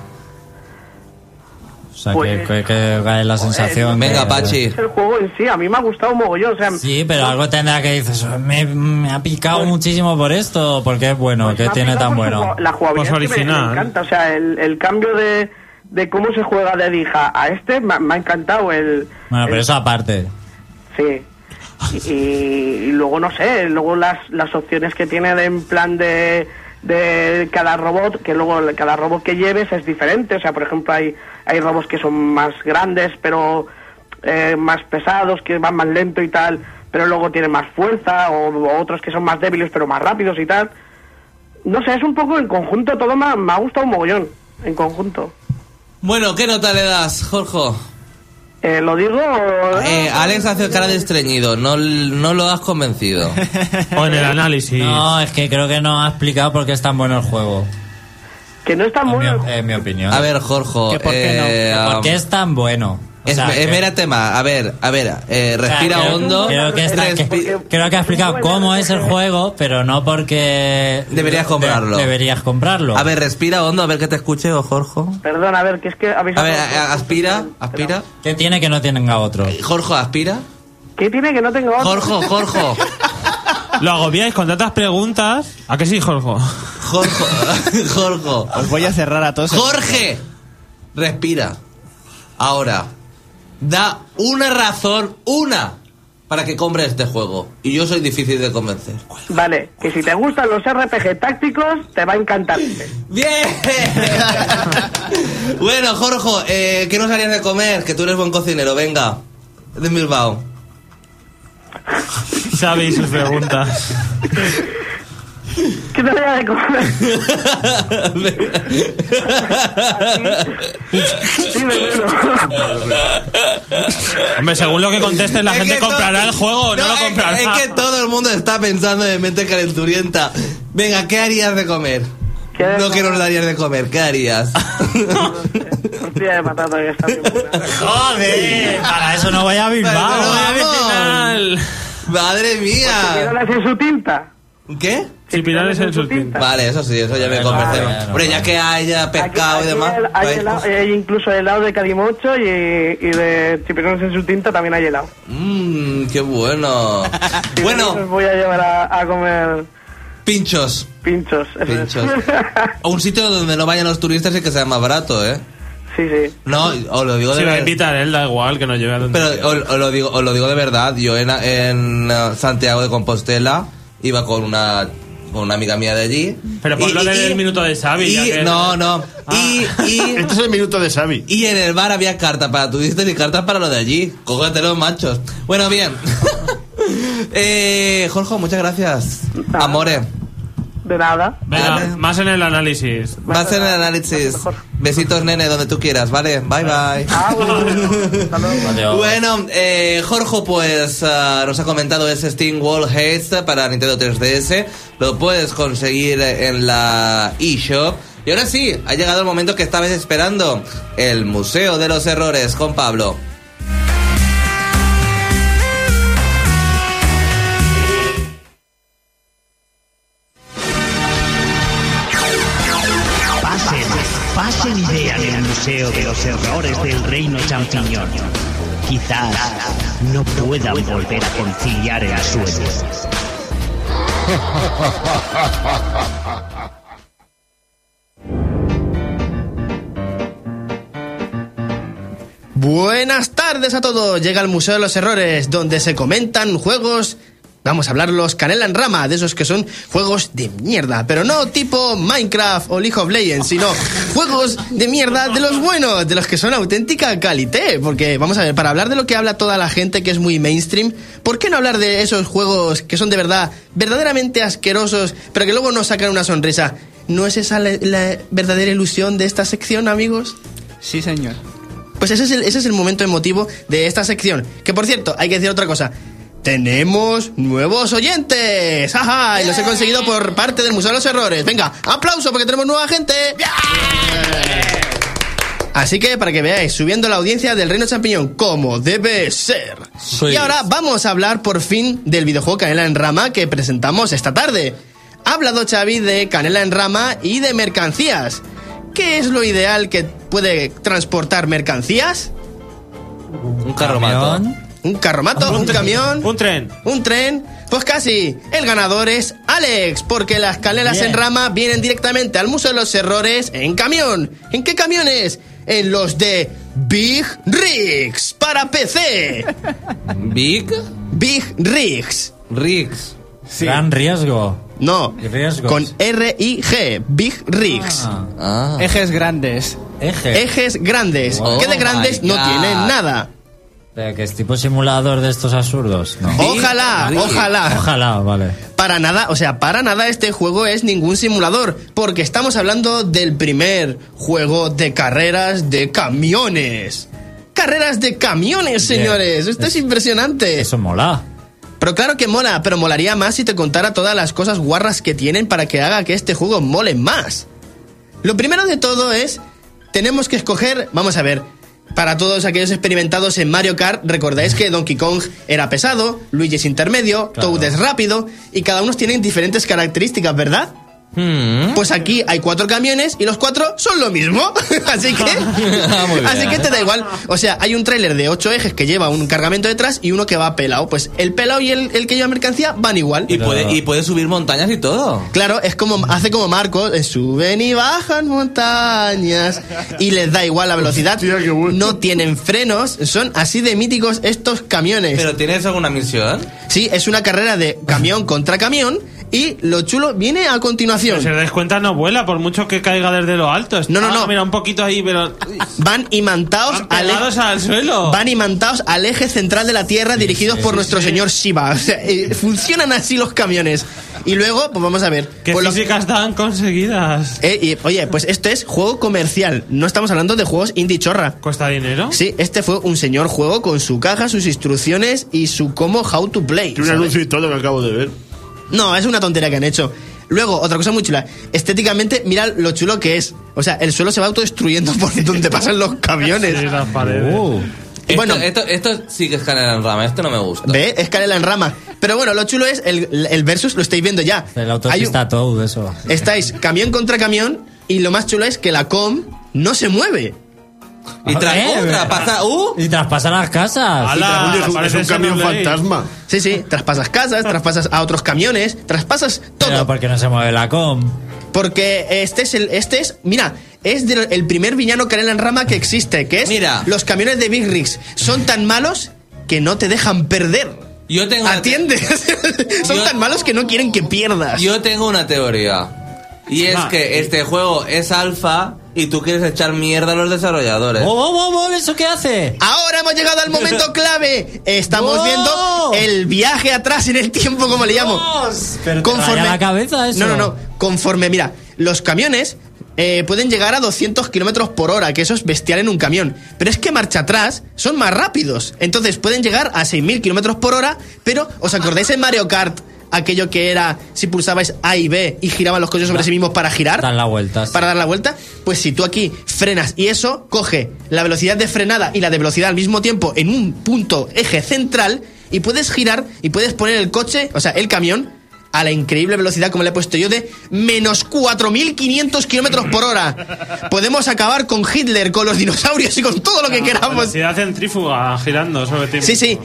[SPEAKER 3] O sea,
[SPEAKER 9] Pues-
[SPEAKER 3] que, que, que hay la sensación.
[SPEAKER 1] Venga,
[SPEAKER 3] que-
[SPEAKER 1] Pachi.
[SPEAKER 9] Es el juego en sí, a mí me ha gustado un mogollón. O sea,
[SPEAKER 3] Sí, pero algo tendrá que dices, me, me ha picado muchísimo por esto, porque es bueno,
[SPEAKER 9] pues
[SPEAKER 3] que
[SPEAKER 9] me ha
[SPEAKER 3] tiene
[SPEAKER 9] picado
[SPEAKER 3] tan
[SPEAKER 9] por su
[SPEAKER 3] bueno.
[SPEAKER 9] ju- La jugabilidad
[SPEAKER 4] Pues
[SPEAKER 9] es que me-
[SPEAKER 4] original.
[SPEAKER 9] Me, encanta, o sea, el, el cambio de, de cómo se juega de Dija a este me, ha- me ha encantado. El,
[SPEAKER 3] Bueno, pero
[SPEAKER 9] el-
[SPEAKER 3] eso aparte.
[SPEAKER 9] Sí. Y, y luego, no sé, luego las, las opciones que tiene de, en plan de, de cada robot, que luego el- cada robot que lleves es diferente. O sea, por ejemplo, hay, hay robots que son más grandes, pero eh, más pesados, que van más lento y tal, pero luego tienen más fuerza, o, o otros que son más débiles, pero más rápidos y tal. No sé, es un poco en conjunto, todo me, ha- me ha gustado un mogollón, en conjunto.
[SPEAKER 1] Bueno, ¿qué nota le das, Jorge?
[SPEAKER 9] Eh, ¿Lo digo? o-
[SPEAKER 1] Eh, Alex hace cara de estreñido, no, no lo has convencido.
[SPEAKER 4] O en el análisis.
[SPEAKER 3] No, es que creo que no ha explicado por qué es tan bueno el juego.
[SPEAKER 9] que no está
[SPEAKER 3] En mi,
[SPEAKER 9] muy...
[SPEAKER 1] eh,
[SPEAKER 3] en mi opinión.
[SPEAKER 1] A ver, Jorge.
[SPEAKER 2] ¿Que por qué no?
[SPEAKER 1] eh, um,
[SPEAKER 3] ¿Por qué es tan bueno? O sea, que-
[SPEAKER 1] tema, a ver, a ver, eh,
[SPEAKER 3] o sea,
[SPEAKER 1] respira
[SPEAKER 3] creo-
[SPEAKER 1] hondo.
[SPEAKER 3] Creo que, está- que-
[SPEAKER 1] respi-
[SPEAKER 3] creo que ha explicado cómo es el juego, pero no porque.
[SPEAKER 1] Deberías comprarlo.
[SPEAKER 3] de- deberías comprarlo.
[SPEAKER 1] a ver, respira hondo, a ver que te escuche, o Jorge.
[SPEAKER 9] Perdón, a ver, que es que habéis...
[SPEAKER 1] A ver,
[SPEAKER 9] hablado-
[SPEAKER 1] a- a- aspira, aspira.
[SPEAKER 3] ¿Qué tiene que no tenga otro?
[SPEAKER 1] Jorge, aspira.
[SPEAKER 9] ¿Qué tiene que no tengo otro?
[SPEAKER 1] Jorge, Jorge.
[SPEAKER 4] Lo agobiáis con tantas preguntas. ¿A qué sí, Jorge?
[SPEAKER 1] Jorge, Jorge.
[SPEAKER 2] Os voy a cerrar a todos.
[SPEAKER 1] Jorge, respira. Ahora, da una razón, una, para que compre este juego. Y yo soy difícil de convencer.
[SPEAKER 9] Vale, que si te gustan los RPG tácticos, te va a encantar.
[SPEAKER 1] ¡Bien! bueno, Jorge, eh, ¿qué nos harías de comer? Que tú eres buen cocinero, venga. De Bilbao.
[SPEAKER 4] Sabéis sus preguntas.
[SPEAKER 9] ¿Qué te voy a de comer? Sí, me muero.
[SPEAKER 4] Hombre, según lo que contestes, la
[SPEAKER 1] Es
[SPEAKER 4] gente
[SPEAKER 1] que to-
[SPEAKER 4] comprará el juego, no, lo
[SPEAKER 1] es que-
[SPEAKER 4] comprará.
[SPEAKER 1] Es, que todo el mundo está pensando de mente calenturienta. Venga, ¿qué harías de comer?
[SPEAKER 9] ¿Qué de
[SPEAKER 1] No que
[SPEAKER 9] comer?
[SPEAKER 1] nos darías de comer, ¿qué harías?
[SPEAKER 9] Tortilla de patata que está bien buena.
[SPEAKER 3] ¡Joder! Para eso no vaya a Bilbao.
[SPEAKER 1] Pero
[SPEAKER 3] vaya a
[SPEAKER 1] vamos. Madre mía.
[SPEAKER 9] Quédale sin su tinta.
[SPEAKER 1] ¿qué?
[SPEAKER 4] Si Pinares en sus pintas.
[SPEAKER 1] Vale, eso sí, eso ya me
[SPEAKER 3] Vale,
[SPEAKER 1] convencé.
[SPEAKER 3] vale, vale.
[SPEAKER 1] Hombre, ya que haya pescado y
[SPEAKER 9] Aquí- aquí
[SPEAKER 1] demás.
[SPEAKER 9] el- eh. hay,
[SPEAKER 1] pues-
[SPEAKER 9] helado- hay incluso helado de carimocho y, y de chipirones en su tinta también hay helado.
[SPEAKER 1] Mmm, qué bueno.
[SPEAKER 9] Os
[SPEAKER 1] Bueno,
[SPEAKER 9] voy a llevar a, a comer
[SPEAKER 1] pinchos.
[SPEAKER 9] pinchos. eso es.
[SPEAKER 1] Pinchos. O un sitio donde no vayan los turistas y que sea más barato, ¿eh?
[SPEAKER 9] sí, sí.
[SPEAKER 1] No, os lo digo de
[SPEAKER 4] Si lo
[SPEAKER 1] ver-
[SPEAKER 4] invita a él, da igual que no lleve a donde.
[SPEAKER 1] Pero os, os lo digo, os lo digo de verdad, yo en, en, eh, Santiago de Compostela iba con una con una amiga mía de allí.
[SPEAKER 4] Pero ponlo
[SPEAKER 1] Y- y-
[SPEAKER 4] del
[SPEAKER 1] y-
[SPEAKER 4] minuto de Xavi, ya
[SPEAKER 1] y-
[SPEAKER 4] que-
[SPEAKER 1] No, no. Y, y,
[SPEAKER 6] Este es el minuto de Xavi.
[SPEAKER 1] y en el bar había cartas para turistas y cartas para lo de allí. Cógetelo, machos. Bueno, bien. eh, Jorge, muchas gracias.
[SPEAKER 9] Nada.
[SPEAKER 1] Amore,
[SPEAKER 9] De nada.
[SPEAKER 4] Venga,
[SPEAKER 5] ah,
[SPEAKER 1] Vale.
[SPEAKER 4] más en el análisis.
[SPEAKER 1] va a ser el análisis.
[SPEAKER 9] Mejor.
[SPEAKER 1] Besitos, nene, donde tú quieras, ¿vale? Bye, bye.
[SPEAKER 9] Ah, bueno, hasta luego.
[SPEAKER 3] Adiós.
[SPEAKER 1] Bueno, eh, Jorge, pues ah, nos ha comentado ese Steam Wall Heist para Nintendo 3DS. Lo puedes conseguir en la eShop. Y ahora sí, ha llegado el momento que estabas esperando. El Museo de los Errores con Pablo.
[SPEAKER 11] Pasen, pasen y vean el Museo de los Errores del Reino Champiñón. Quizás no puedan volver a conciliar el sueño.
[SPEAKER 5] Buenas tardes a todos. Llega al Museo de los Errores, donde se comentan juegos. Vamos a hablarlos canela en rama, de esos que son juegos de mierda, pero no tipo Minecraft o League of Legends, sino juegos de mierda de los buenos, de los que son auténtica calité. Porque, vamos a ver, para hablar de lo que habla toda la gente que es muy mainstream, ¿por qué no hablar de esos juegos que son de verdad, verdaderamente asquerosos, pero que luego nos sacan una sonrisa? ¿No es esa la- la verdadera ilusión de esta sección, amigos?
[SPEAKER 2] Sí, señor.
[SPEAKER 5] Pues ese es, el, ese es el momento emotivo de esta sección. Que por cierto, hay que decir otra cosa. Tenemos nuevos oyentes. ¡Ajá! Y los he conseguido por parte del Museo de los Errores. Venga, aplauso porque tenemos nueva gente. Así que para que veáis, subiendo la audiencia del Reino Champiñón como debe ser.
[SPEAKER 1] Sí.
[SPEAKER 5] Y ahora vamos a hablar por fin del videojuego Canela en Rama que presentamos esta tarde. Ha hablado Xavi de Canela en Rama y de mercancías. ¿Qué es lo ideal que puede transportar mercancías?
[SPEAKER 1] Un carromato.
[SPEAKER 5] ¿Un carromato? ¿Un camión?
[SPEAKER 4] Un tren.
[SPEAKER 5] ¿Un tren? Pues casi, el ganador es Alex, porque las caleras en rama vienen directamente al Museo de los Errores en camión. ¿En qué camiones? En los de Big Rigs para PC.
[SPEAKER 1] Big
[SPEAKER 5] Big Rigs.
[SPEAKER 1] Rigs.
[SPEAKER 3] Gran riesgo.
[SPEAKER 5] No,
[SPEAKER 3] Y riesgos.
[SPEAKER 5] con R-I-G, Big Rigs.
[SPEAKER 3] Ah,
[SPEAKER 1] Ah.
[SPEAKER 2] Ejes grandes.
[SPEAKER 3] eje.
[SPEAKER 5] Ejes grandes,
[SPEAKER 1] Wow.
[SPEAKER 5] que de grandes
[SPEAKER 1] Oh my
[SPEAKER 5] no
[SPEAKER 1] God.
[SPEAKER 5] tienen nada.
[SPEAKER 3] Pero Que es tipo simulador de estos absurdos. No.
[SPEAKER 1] Big
[SPEAKER 5] Ojalá,
[SPEAKER 1] Rigs.
[SPEAKER 5] ojalá.
[SPEAKER 3] Ojalá, vale.
[SPEAKER 1] Eh.
[SPEAKER 5] Para nada, o sea, para nada este juego es ningún simulador, porque estamos hablando del primer juego de carreras de camiones. Carreras de camiones,
[SPEAKER 3] Bien.
[SPEAKER 5] señores. Esto es, impresionante.
[SPEAKER 3] Eso mola.
[SPEAKER 5] Pero claro que mola, pero molaría más si te contara todas las cosas guarras que tienen para que haga que este juego mole más. Lo primero de todo es, tenemos que escoger, vamos a ver, para todos aquellos experimentados en Mario Kart, recordáis que Donkey Kong era pesado, Luigi es intermedio,
[SPEAKER 3] Claro.
[SPEAKER 5] Toad es rápido, y cada uno tiene diferentes características, ¿verdad?
[SPEAKER 1] Hmm.
[SPEAKER 5] Pues aquí hay cuatro camiones y los cuatro son lo mismo. así que.
[SPEAKER 1] Ah, Muy bien.
[SPEAKER 5] así que te da igual. O sea, hay un tráiler de ocho ejes que lleva un cargamento detrás y uno que va pelado. Pues el pelado y el, el que lleva mercancía van igual.
[SPEAKER 1] Y puede, y puede subir montañas y todo.
[SPEAKER 5] Claro, es como hace como Marco, eh, suben y bajan montañas y les da igual la velocidad.
[SPEAKER 6] Hostia, qué bueno.
[SPEAKER 5] No tienen frenos, son así de míticos estos camiones.
[SPEAKER 1] Pero ¿tienes alguna misión?
[SPEAKER 5] Sí, es una carrera de camión contra camión y lo chulo viene a
[SPEAKER 4] Pero
[SPEAKER 5] continuación.
[SPEAKER 4] si os dais cuenta, no vuela, por mucho que caiga desde lo alto.
[SPEAKER 5] No, no,
[SPEAKER 4] Ah,
[SPEAKER 5] no.
[SPEAKER 4] Mira, un poquito ahí, pero.
[SPEAKER 5] Van imantados
[SPEAKER 4] Van
[SPEAKER 5] al
[SPEAKER 4] pegados al suelo.
[SPEAKER 5] van imantados al eje central de la Tierra dirigidos por nuestro señor Shiva. O sea, eh, funcionan así los camiones. Y luego, pues vamos a ver.
[SPEAKER 4] ¿Qué
[SPEAKER 5] Pues lo-
[SPEAKER 4] físicas están conseguidas?
[SPEAKER 5] Eh, y, oye, pues esto es juego comercial. No estamos hablando de juegos indie chorra.
[SPEAKER 4] ¿Cuesta dinero?
[SPEAKER 5] Sí, este fue un señor juego con su caja, sus instrucciones y su cómo how to play.
[SPEAKER 6] Tiene un
[SPEAKER 5] ¿sabes?
[SPEAKER 6] anuncio y todo que acabo de ver.
[SPEAKER 5] No, es una tontería que han hecho. Luego, otra cosa muy chula. Estéticamente, mira lo chulo que es. O sea, el suelo se va autodestruyendo por donde pasan los camiones.
[SPEAKER 4] Sí, las paredes.
[SPEAKER 5] Y bueno,
[SPEAKER 1] esto, esto, esto sí que es canela en rama, esto no me gusta.
[SPEAKER 5] ve, escalera en rama. Pero bueno, lo chulo es el, el versus, lo estáis viendo ya.
[SPEAKER 3] El
[SPEAKER 5] Hay un-
[SPEAKER 3] autopista todo eso.
[SPEAKER 5] estáis camión contra camión y lo más chulo es que la com no se mueve.
[SPEAKER 1] Y tras
[SPEAKER 3] Eh,
[SPEAKER 1] otra,
[SPEAKER 3] eh.
[SPEAKER 1] pasa, uh,
[SPEAKER 3] Y traspasa las casas.
[SPEAKER 4] ¡Hala!
[SPEAKER 6] Oye, es un, es
[SPEAKER 4] parece
[SPEAKER 6] un camión
[SPEAKER 4] Xenoblade.
[SPEAKER 6] fantasma.
[SPEAKER 5] Sí, sí, traspasas casas, traspasas a otros camiones, traspasas
[SPEAKER 3] Pero
[SPEAKER 5] todo. Eh.
[SPEAKER 3] porque no se mueve la com.
[SPEAKER 5] Porque este es el. Este es. Mira, es de- el primer villano Canela en Rama que existe, que es.
[SPEAKER 1] Mira.
[SPEAKER 5] Los camiones de Big Rigs son tan malos que no te dejan perder.
[SPEAKER 1] yo tengo una te-
[SPEAKER 5] ¿Atiendes? son
[SPEAKER 1] Yo-
[SPEAKER 5] tan malos que no quieren que pierdas.
[SPEAKER 1] Yo tengo una teoría. Y es
[SPEAKER 4] Ah,
[SPEAKER 1] que este juego es alfa y tú quieres echar mierda a los desarrolladores.
[SPEAKER 3] ¡Oh, oh, oh, oh! ¿Eso qué hace?
[SPEAKER 5] Ahora hemos llegado al momento clave. Estamos
[SPEAKER 3] ¡No!
[SPEAKER 5] viendo el viaje atrás en el tiempo, como le llamo.
[SPEAKER 3] Dios, pero te raya la cabeza eso.
[SPEAKER 5] No, no, no. Conforme, mira, los camiones eh, pueden llegar a 200 kilómetros por hora, que eso es bestial en un camión. Pero es que marcha atrás son más rápidos. Entonces pueden llegar a 6.000 kilómetros por hora, pero ¿os acordáis en Mario Kart? Aquello que era si pulsabais A y B y giraban los coches sobre sí mismos para girar.
[SPEAKER 3] Dan la vuelta, sí.
[SPEAKER 5] Para dar la vuelta. Pues si tú aquí frenas y eso coge la velocidad de frenada y la de velocidad al mismo tiempo en un punto eje central y puedes girar y puedes poner el coche, o sea, el camión, a la increíble velocidad como le he puesto yo de menos 4.500 kilómetros por hora. Podemos acabar con Hitler, con los dinosaurios y con todo lo que queramos.
[SPEAKER 4] Velocidad centrífuga girando sobre ti.
[SPEAKER 5] Sí, sí.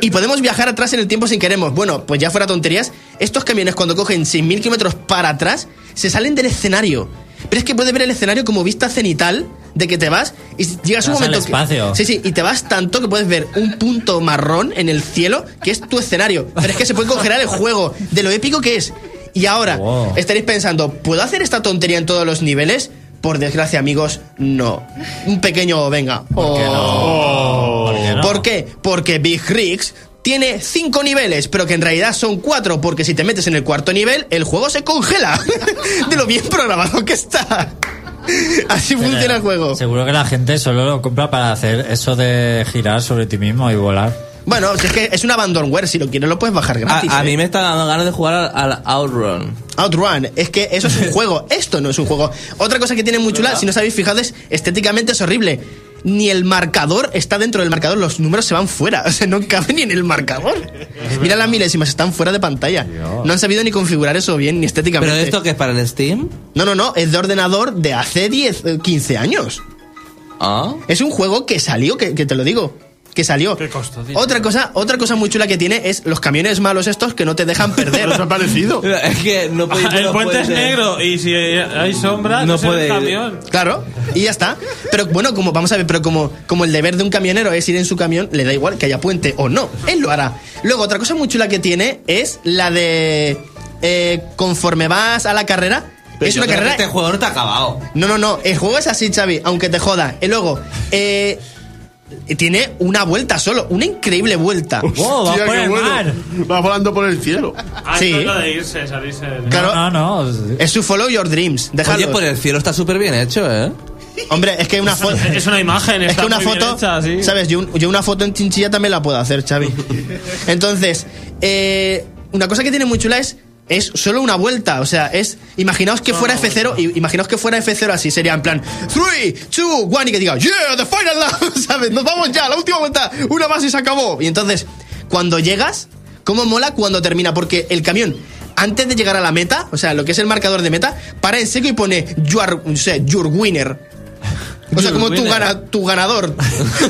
[SPEAKER 5] Y podemos viajar atrás en el tiempo sin queremos. Bueno, pues ya fuera tonterías, estos camiones cuando cogen 6.000 kilómetros para atrás, se salen del escenario. Pero es que puedes ver el escenario como vista cenital de que te vas y llegas
[SPEAKER 3] Te
[SPEAKER 5] un
[SPEAKER 3] vas al
[SPEAKER 5] momento... que-
[SPEAKER 3] espacio.
[SPEAKER 5] sí, sí, y te vas tanto que puedes ver un punto marrón en el cielo que es tu escenario. Pero es que se puede congelar el juego de lo épico que es. Y ahora
[SPEAKER 3] Wow.
[SPEAKER 5] estaréis pensando, ¿puedo hacer esta tontería en todos los niveles? Por desgracia, amigos, no. Un pequeño, venga.
[SPEAKER 3] ¿Por qué no?
[SPEAKER 5] Oh. ¿Por qué? Porque Big Rigs tiene cinco niveles, pero que en realidad son cuatro, porque si te metes en el cuarto nivel, el juego se congela de lo bien programado que está. Así
[SPEAKER 3] Pero
[SPEAKER 5] funciona el juego.
[SPEAKER 3] Seguro que la gente solo lo compra para hacer eso de girar sobre ti mismo y volar.
[SPEAKER 5] Bueno, si es que es un abandonware, si lo quieres lo puedes bajar gratis.
[SPEAKER 1] Ah, A, a
[SPEAKER 5] ¿eh?
[SPEAKER 1] mí me está dando ganas de jugar al, al Outrun.
[SPEAKER 5] Outrun, es que eso es un juego, esto no es un juego. Otra cosa que tiene muy chula, si no os habéis fijado, es estéticamente es horrible. Ni el marcador está dentro del marcador, los números se van fuera, o sea, no caben ni en el marcador. Mira las milésimas, están fuera de pantalla. No han sabido ni configurar eso bien, ni estéticamente.
[SPEAKER 1] ¿Pero esto que es para el Steam?
[SPEAKER 5] No, no, no, es de ordenador de hace 10, eh, 15 años.
[SPEAKER 1] ¿Ah?
[SPEAKER 5] Es un juego que salió, que, que te lo digo. Que salió.
[SPEAKER 4] ¿Qué costó, tío?
[SPEAKER 5] otra cosa, otra cosa muy chula que tiene es los camiones malos estos que no te dejan perder.
[SPEAKER 6] ¿Pero os ha parecido?
[SPEAKER 1] Es que no puede
[SPEAKER 4] El
[SPEAKER 1] no
[SPEAKER 4] puente
[SPEAKER 1] puede
[SPEAKER 4] es
[SPEAKER 1] ser.
[SPEAKER 4] negro y si hay sombra,
[SPEAKER 1] No
[SPEAKER 4] no, se ve
[SPEAKER 1] puede
[SPEAKER 4] el
[SPEAKER 1] ir.
[SPEAKER 4] camión.
[SPEAKER 5] Claro, y ya está. Pero bueno, como vamos a ver, pero como, como el deber de un camionero es ir en su camión, le da igual que haya puente o no. Él lo hará. Luego, otra cosa muy chula que tiene es la de. eh, conforme vas a la carrera.
[SPEAKER 1] Pero
[SPEAKER 5] es
[SPEAKER 1] yo creo
[SPEAKER 5] una
[SPEAKER 1] que
[SPEAKER 5] carrera.
[SPEAKER 1] Este juego no te ha acabado.
[SPEAKER 5] No, no, no. El juego es así, Xavi, aunque te joda. Y luego, eh, tiene una vuelta solo, una increíble vuelta.
[SPEAKER 3] ¡Wow! Va
[SPEAKER 6] Hostia,
[SPEAKER 3] por
[SPEAKER 6] qué
[SPEAKER 3] el
[SPEAKER 6] bueno.
[SPEAKER 3] mar.
[SPEAKER 6] Va volando por el cielo.
[SPEAKER 4] Ah,
[SPEAKER 5] Sí.
[SPEAKER 4] esto es lo de irse, salirse. del-
[SPEAKER 5] Claro.
[SPEAKER 3] No, no, no.
[SPEAKER 5] Es su follow your dreams.
[SPEAKER 1] Oye, pues,
[SPEAKER 5] Déjalo.
[SPEAKER 1] por el cielo está súper bien hecho, ¿eh?
[SPEAKER 5] Hombre, es que una foto.
[SPEAKER 4] Es una imagen,
[SPEAKER 5] Es
[SPEAKER 4] está
[SPEAKER 5] que una
[SPEAKER 4] muy bien
[SPEAKER 5] foto,
[SPEAKER 4] hecha, sí.
[SPEAKER 5] ¿sabes? Yo, yo una foto en chinchilla también la puedo hacer, Xavi. Entonces, eh, una cosa que tiene muy chula es es solo una vuelta, o sea, es imaginaos que fuera F0 y imaginaos que fuera F0 así, sería en plan 3 2 1 y que diga, "Yeah, the final lap", ¿sabes? Nos vamos ya, la última vuelta, una más y se acabó. Y entonces, cuando llegas, cómo mola cuando termina porque el camión antes de llegar a la meta, o sea, lo que es el marcador de meta, para en seco y pone you are- o sea, your winner. O sea, como tu, gana- tu ganador.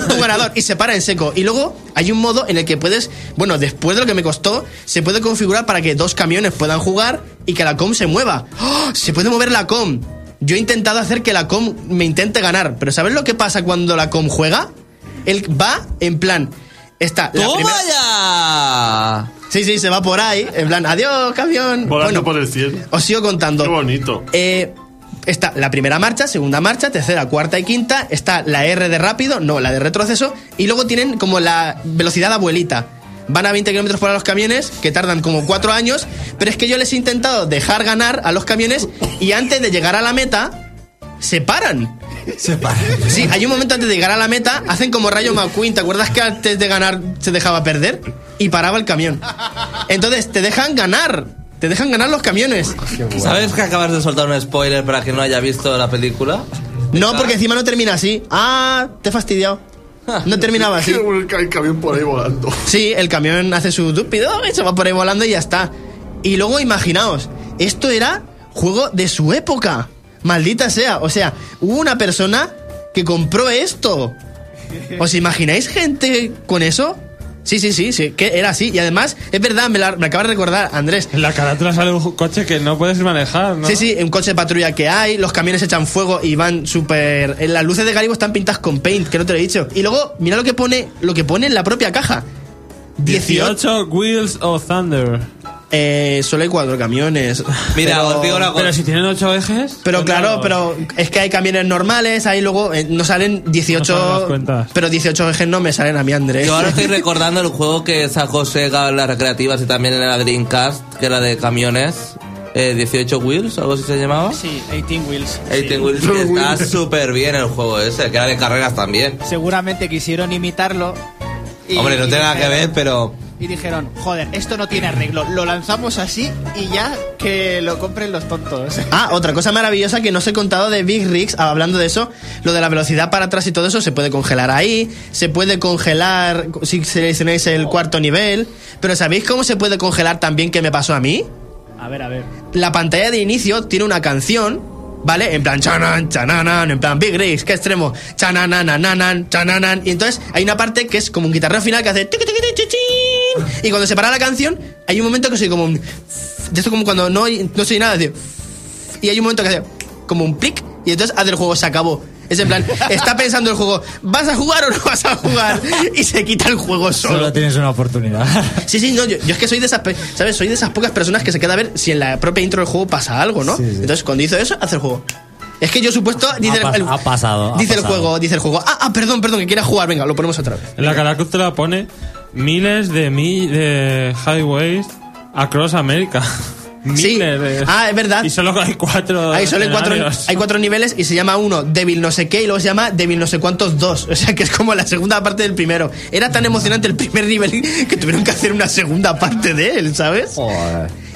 [SPEAKER 5] tu ganador. Y se para en seco. Y luego hay un modo en el que puedes. Bueno, después de lo que me costó, se puede configurar para que dos camiones puedan jugar y que la com se mueva. ¡Oh! Se puede mover la com. Yo he intentado hacer que la com me intente ganar. Pero ¿sabes lo que pasa cuando la com juega? Él va en plan. Está. la
[SPEAKER 1] ¡Toma
[SPEAKER 5] primera-
[SPEAKER 1] ya!
[SPEAKER 5] Sí, sí, se va por ahí. En plan, adiós, camión.
[SPEAKER 6] Volando
[SPEAKER 5] Bueno,
[SPEAKER 6] por el cielo.
[SPEAKER 5] os sigo contando.
[SPEAKER 6] Qué bonito.
[SPEAKER 5] Eh, está la primera marcha, segunda marcha, tercera, cuarta y quinta. Está la R de rápido, no, la de retroceso. Y luego tienen como la velocidad abuelita. Van a 20 kilómetros por hora los camiones, que tardan como 4 años, pero es que yo les he intentado dejar ganar a los camiones y antes de llegar a la meta, se paran.
[SPEAKER 12] Se para.
[SPEAKER 5] Sí, hay un momento antes de llegar a la meta, hacen como Rayo McQueen. ¿Te acuerdas que antes de ganar se dejaba perder? Y paraba el camión. Entonces, te dejan ganar. Te dejan ganar los camiones.
[SPEAKER 1] ¿Sabes que acabas de soltar un spoiler para quien no haya visto la película?
[SPEAKER 5] No, porque encima no termina así. Ah, te he fastidiado. No terminaba así.
[SPEAKER 6] Quiero volcar el camión por ahí volando.
[SPEAKER 5] Sí, el camión hace su dúpido y se va por ahí volando y ya está. Y luego imaginaos, esto era juego de su época. Maldita sea. O sea, hubo una persona que compró esto. ¿Os imagináis gente con eso? Sí, sí, sí, sí, que era así. Y además, es verdad, me, la, me acabas de recordar, Andrés.
[SPEAKER 4] En la carátula sale un coche que no puedes manejar, ¿no?
[SPEAKER 5] Sí, sí, un coche de patrulla que hay, los camiones echan fuego y van súper... eh, Las luces de Garibo están pintadas con paint, que no te lo he dicho. Y luego, mira lo que pone, lo que pone en la propia caja.
[SPEAKER 4] 18 Wheels of Thunder.
[SPEAKER 5] Eh, solo hay cuatro camiones.
[SPEAKER 1] Mira,
[SPEAKER 5] Pero-
[SPEAKER 1] os digo una cosa.
[SPEAKER 4] Pero si tienen 8 ejes.
[SPEAKER 5] Pero
[SPEAKER 4] pues
[SPEAKER 5] claro,
[SPEAKER 4] no.
[SPEAKER 5] pero es que hay camiones normales, ahí luego eh, no salen
[SPEAKER 4] No salen las
[SPEAKER 5] 18...
[SPEAKER 4] cuentas.
[SPEAKER 5] pero 18 ejes no me salen a mí, Andrés.
[SPEAKER 1] Yo ahora estoy recordando el juego que sacó Sega en las recreativas y también en la Dreamcast, que era de camiones, eh, 18 Wheels, algo así se llamaba.
[SPEAKER 2] Sí, 18 Wheels.
[SPEAKER 1] 18 Wheels, que está súper bien el juego ese, que era de carreras también.
[SPEAKER 2] Seguramente quisieron imitarlo. y-
[SPEAKER 1] Hombre, no
[SPEAKER 2] y
[SPEAKER 1] tiene nada que ver,
[SPEAKER 2] dijeron-
[SPEAKER 1] pero...
[SPEAKER 2] Y dijeron, joder, esto no tiene arreglo, lo lanzamos así y ya que lo compren los tontos.
[SPEAKER 5] Ah, otra cosa maravillosa que no os he contado de Big Rigs, ah, hablando de eso, lo de la velocidad para atrás y todo eso se puede congelar ahí, se puede congelar si seleccionáis el cuarto nivel, pero ¿sabéis cómo se puede congelar también que me pasó a mí?
[SPEAKER 2] A ver, a ver.
[SPEAKER 5] La pantalla de inicio tiene una canción, ¿vale? En plan chanan, chananan, en plan Big Rigs, qué extremo, chananananan, chananan, y entonces hay una parte que es como un guitarreo final que hace tiqui, tiqui, tiqui, chichín, y cuando se para la canción hay un momento que soy como un de esto como cuando no, no soy nada, tío y hay un momento que hace como un plic y entonces hace el juego, se acabó. Es en plan, está pensando el juego, ¿vas a jugar o no vas a jugar? Y se quita el juego
[SPEAKER 3] Solo
[SPEAKER 5] solo.
[SPEAKER 3] tienes una oportunidad.
[SPEAKER 5] Sí, sí, no, yo, yo es que soy de esas, pe- ¿sabes? Soy de esas pocas personas que se queda a ver si en la propia intro del juego pasa algo, ¿no?
[SPEAKER 3] Sí, sí.
[SPEAKER 5] Entonces, cuando hizo eso, hace el juego. Es que yo supuesto, dice
[SPEAKER 3] pas-
[SPEAKER 5] el, el-
[SPEAKER 3] ha pasado, ha
[SPEAKER 5] dice
[SPEAKER 3] pasado.
[SPEAKER 5] el juego, dice el juego, ah, ah, perdón, perdón, que quiera jugar, venga, lo ponemos otra vez.
[SPEAKER 4] En la carátula pone miles de mi de highways across America. miles
[SPEAKER 5] Sí.
[SPEAKER 4] de.
[SPEAKER 5] Ah, es verdad.
[SPEAKER 4] Y solo hay cuatro.
[SPEAKER 5] Hay solo hay cuatro,
[SPEAKER 4] escenarios.
[SPEAKER 5] hay cuatro niveles y se llama uno débil no sé qué y luego se llama débil no sé cuántos dos. O sea que es como la segunda parte del primero. Era tan emocionante el primer nivel que tuvieron que hacer una segunda parte de él, ¿sabes?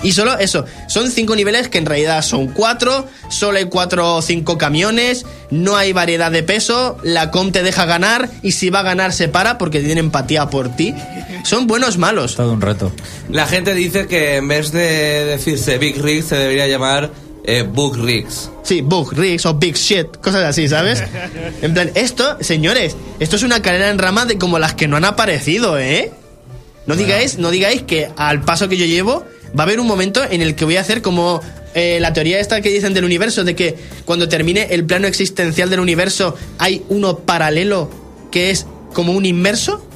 [SPEAKER 5] Y solo eso, son cinco niveles que en realidad son cuatro, solo hay cuatro o cinco camiones, no hay variedad de peso, la com te deja ganar y si va a ganar se para porque tiene empatía por ti. Son buenos malos.
[SPEAKER 3] Todo un reto.
[SPEAKER 1] La gente dice que en vez de decirse Big Rigs se debería llamar eh, Book Rigs.
[SPEAKER 5] Sí, bug, rigs o big shit, cosas así, ¿sabes? En plan, esto, señores, esto es una carrera en rama de como las que no han aparecido, ¿eh? No digáis, no digáis que al paso que yo llevo va a haber un momento en el que voy a hacer como eh, la teoría esta que dicen del universo, de que cuando termine el plano existencial del universo hay uno paralelo que es como un inmerso.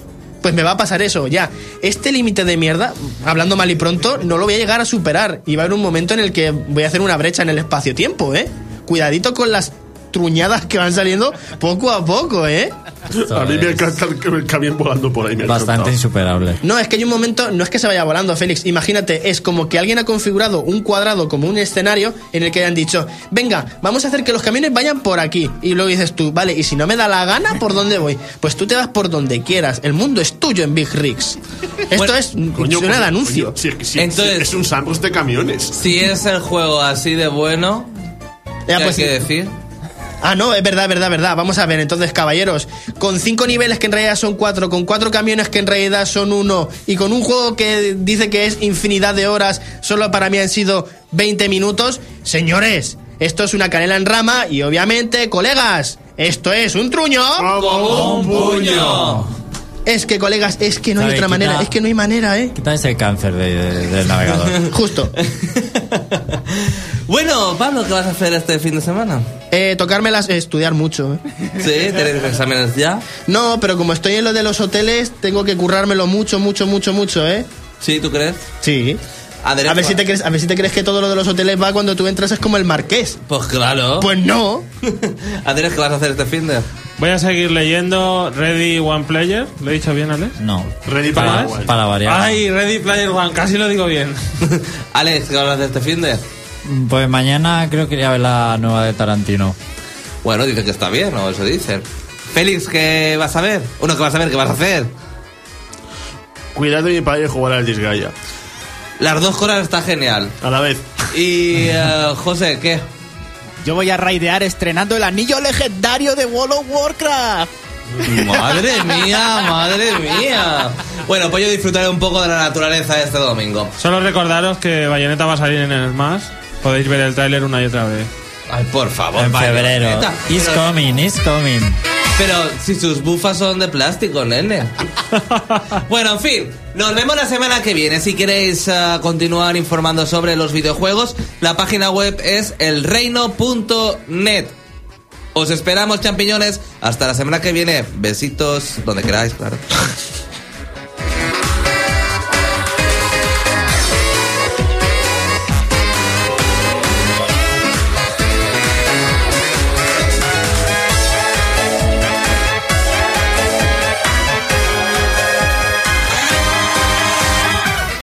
[SPEAKER 5] Pues me va a pasar eso, ya. Este límite de mierda, hablando mal y pronto, no lo voy a llegar a superar. Y va a haber un momento en el que voy a hacer una brecha en el espacio-tiempo, ¿eh? Cuidadito con las truñadas que van saliendo poco a poco, ¿eh?
[SPEAKER 3] Esto
[SPEAKER 6] A mí me
[SPEAKER 3] es
[SPEAKER 6] encanta el, el camión volando por ahí. Me ha
[SPEAKER 3] bastante
[SPEAKER 6] encantado.
[SPEAKER 3] insuperable.
[SPEAKER 5] No, es que hay un momento, no es que se vaya volando, Félix. Imagínate, es como que alguien ha configurado un cuadrado como un escenario en el que hayan dicho, venga, vamos a hacer que los camiones vayan por aquí. Y luego dices tú, vale, y si no me da la gana, ¿por dónde voy? Pues tú te vas por donde quieras. El mundo es tuyo en Big Rigs. Esto
[SPEAKER 1] Bueno,
[SPEAKER 5] es
[SPEAKER 6] Coño,
[SPEAKER 5] suena
[SPEAKER 6] coño,
[SPEAKER 5] de anuncio.
[SPEAKER 6] coño, sí, es que sí,
[SPEAKER 1] Entonces-
[SPEAKER 6] sí, es un sandbox de camiones.
[SPEAKER 1] Si es el juego así de bueno, ¿qué
[SPEAKER 5] Ya, pues,
[SPEAKER 1] hay que decir?
[SPEAKER 5] Ah, no, es verdad, verdad, verdad. Vamos a ver, entonces, caballeros, con cinco niveles que en realidad son cuatro, con cuatro camiones que en realidad son uno, y con un juego que dice que es infinidad de horas, solo para mí han sido 20 minutos, señores, esto es una canela en rama, y obviamente, colegas, esto es un truño.
[SPEAKER 6] Como un
[SPEAKER 1] puño!
[SPEAKER 5] Es que, colegas, es que no hay
[SPEAKER 3] Sabe,
[SPEAKER 5] otra manera,
[SPEAKER 3] quita-
[SPEAKER 5] es que no hay manera, ¿eh?
[SPEAKER 3] Quita ese cáncer de- de- del navegador.
[SPEAKER 5] Justo.
[SPEAKER 1] Bueno, Pablo, ¿qué vas a hacer este fin de semana?
[SPEAKER 5] Eh, tocármelas, estudiar mucho. ¿eh?
[SPEAKER 1] Sí, tenéis exámenes ya.
[SPEAKER 5] No, pero como estoy en lo de los hoteles, tengo que currármelo mucho, mucho, mucho, mucho, ¿eh?
[SPEAKER 1] Sí, ¿tú crees?
[SPEAKER 5] Sí.
[SPEAKER 1] Adelante.
[SPEAKER 5] A ver, si te crees, a ver si te crees que todo lo de los hoteles va cuando tú entras es como el marqués.
[SPEAKER 1] Pues claro.
[SPEAKER 5] Pues no.
[SPEAKER 1] Andrés, ¿qué vas a hacer este fin de?
[SPEAKER 4] Voy a seguir leyendo Ready One Player. ¿Lo he dicho bien, Alex?
[SPEAKER 3] No.
[SPEAKER 6] Ready
[SPEAKER 3] para,
[SPEAKER 6] Player One.
[SPEAKER 3] para variar.
[SPEAKER 4] Ay, Ready Player One, casi lo digo bien.
[SPEAKER 1] Alex, ¿qué hablas de este fin de?
[SPEAKER 3] Pues mañana creo que iría a ver la nueva de Tarantino.
[SPEAKER 1] Bueno, dicen que está bien, o eso dicen. Félix, ¿qué vas a ver? Uno, ¿qué vas a ver? ¿Qué vas a hacer?
[SPEAKER 6] Cuidado mi padre jugar al Disgaea.
[SPEAKER 1] Las dos cosas está genial.
[SPEAKER 6] A la vez.
[SPEAKER 1] Y, eh, José, ¿qué?
[SPEAKER 2] Yo voy a raidear estrenando el anillo legendario de World of Warcraft.
[SPEAKER 1] Madre mía, madre mía. Bueno, pues yo disfrutaré un poco de la naturaleza este domingo.
[SPEAKER 4] Solo recordaros que Bayonetta va a salir en el Smash. Podéis ver el tráiler una y otra vez.
[SPEAKER 1] Ay, por favor,
[SPEAKER 3] En
[SPEAKER 1] Pues vaya,
[SPEAKER 3] febrero.
[SPEAKER 1] neta.
[SPEAKER 3] It's
[SPEAKER 1] Pero-
[SPEAKER 3] coming, it's coming.
[SPEAKER 1] Pero si sus bufas son de plástico, nene. bueno, en fin, nos vemos la semana que viene. Si queréis ah, continuar informando sobre los videojuegos, la página web es elreino.net. Os esperamos, champiñones. Hasta la semana que viene. Besitos, donde queráis, claro.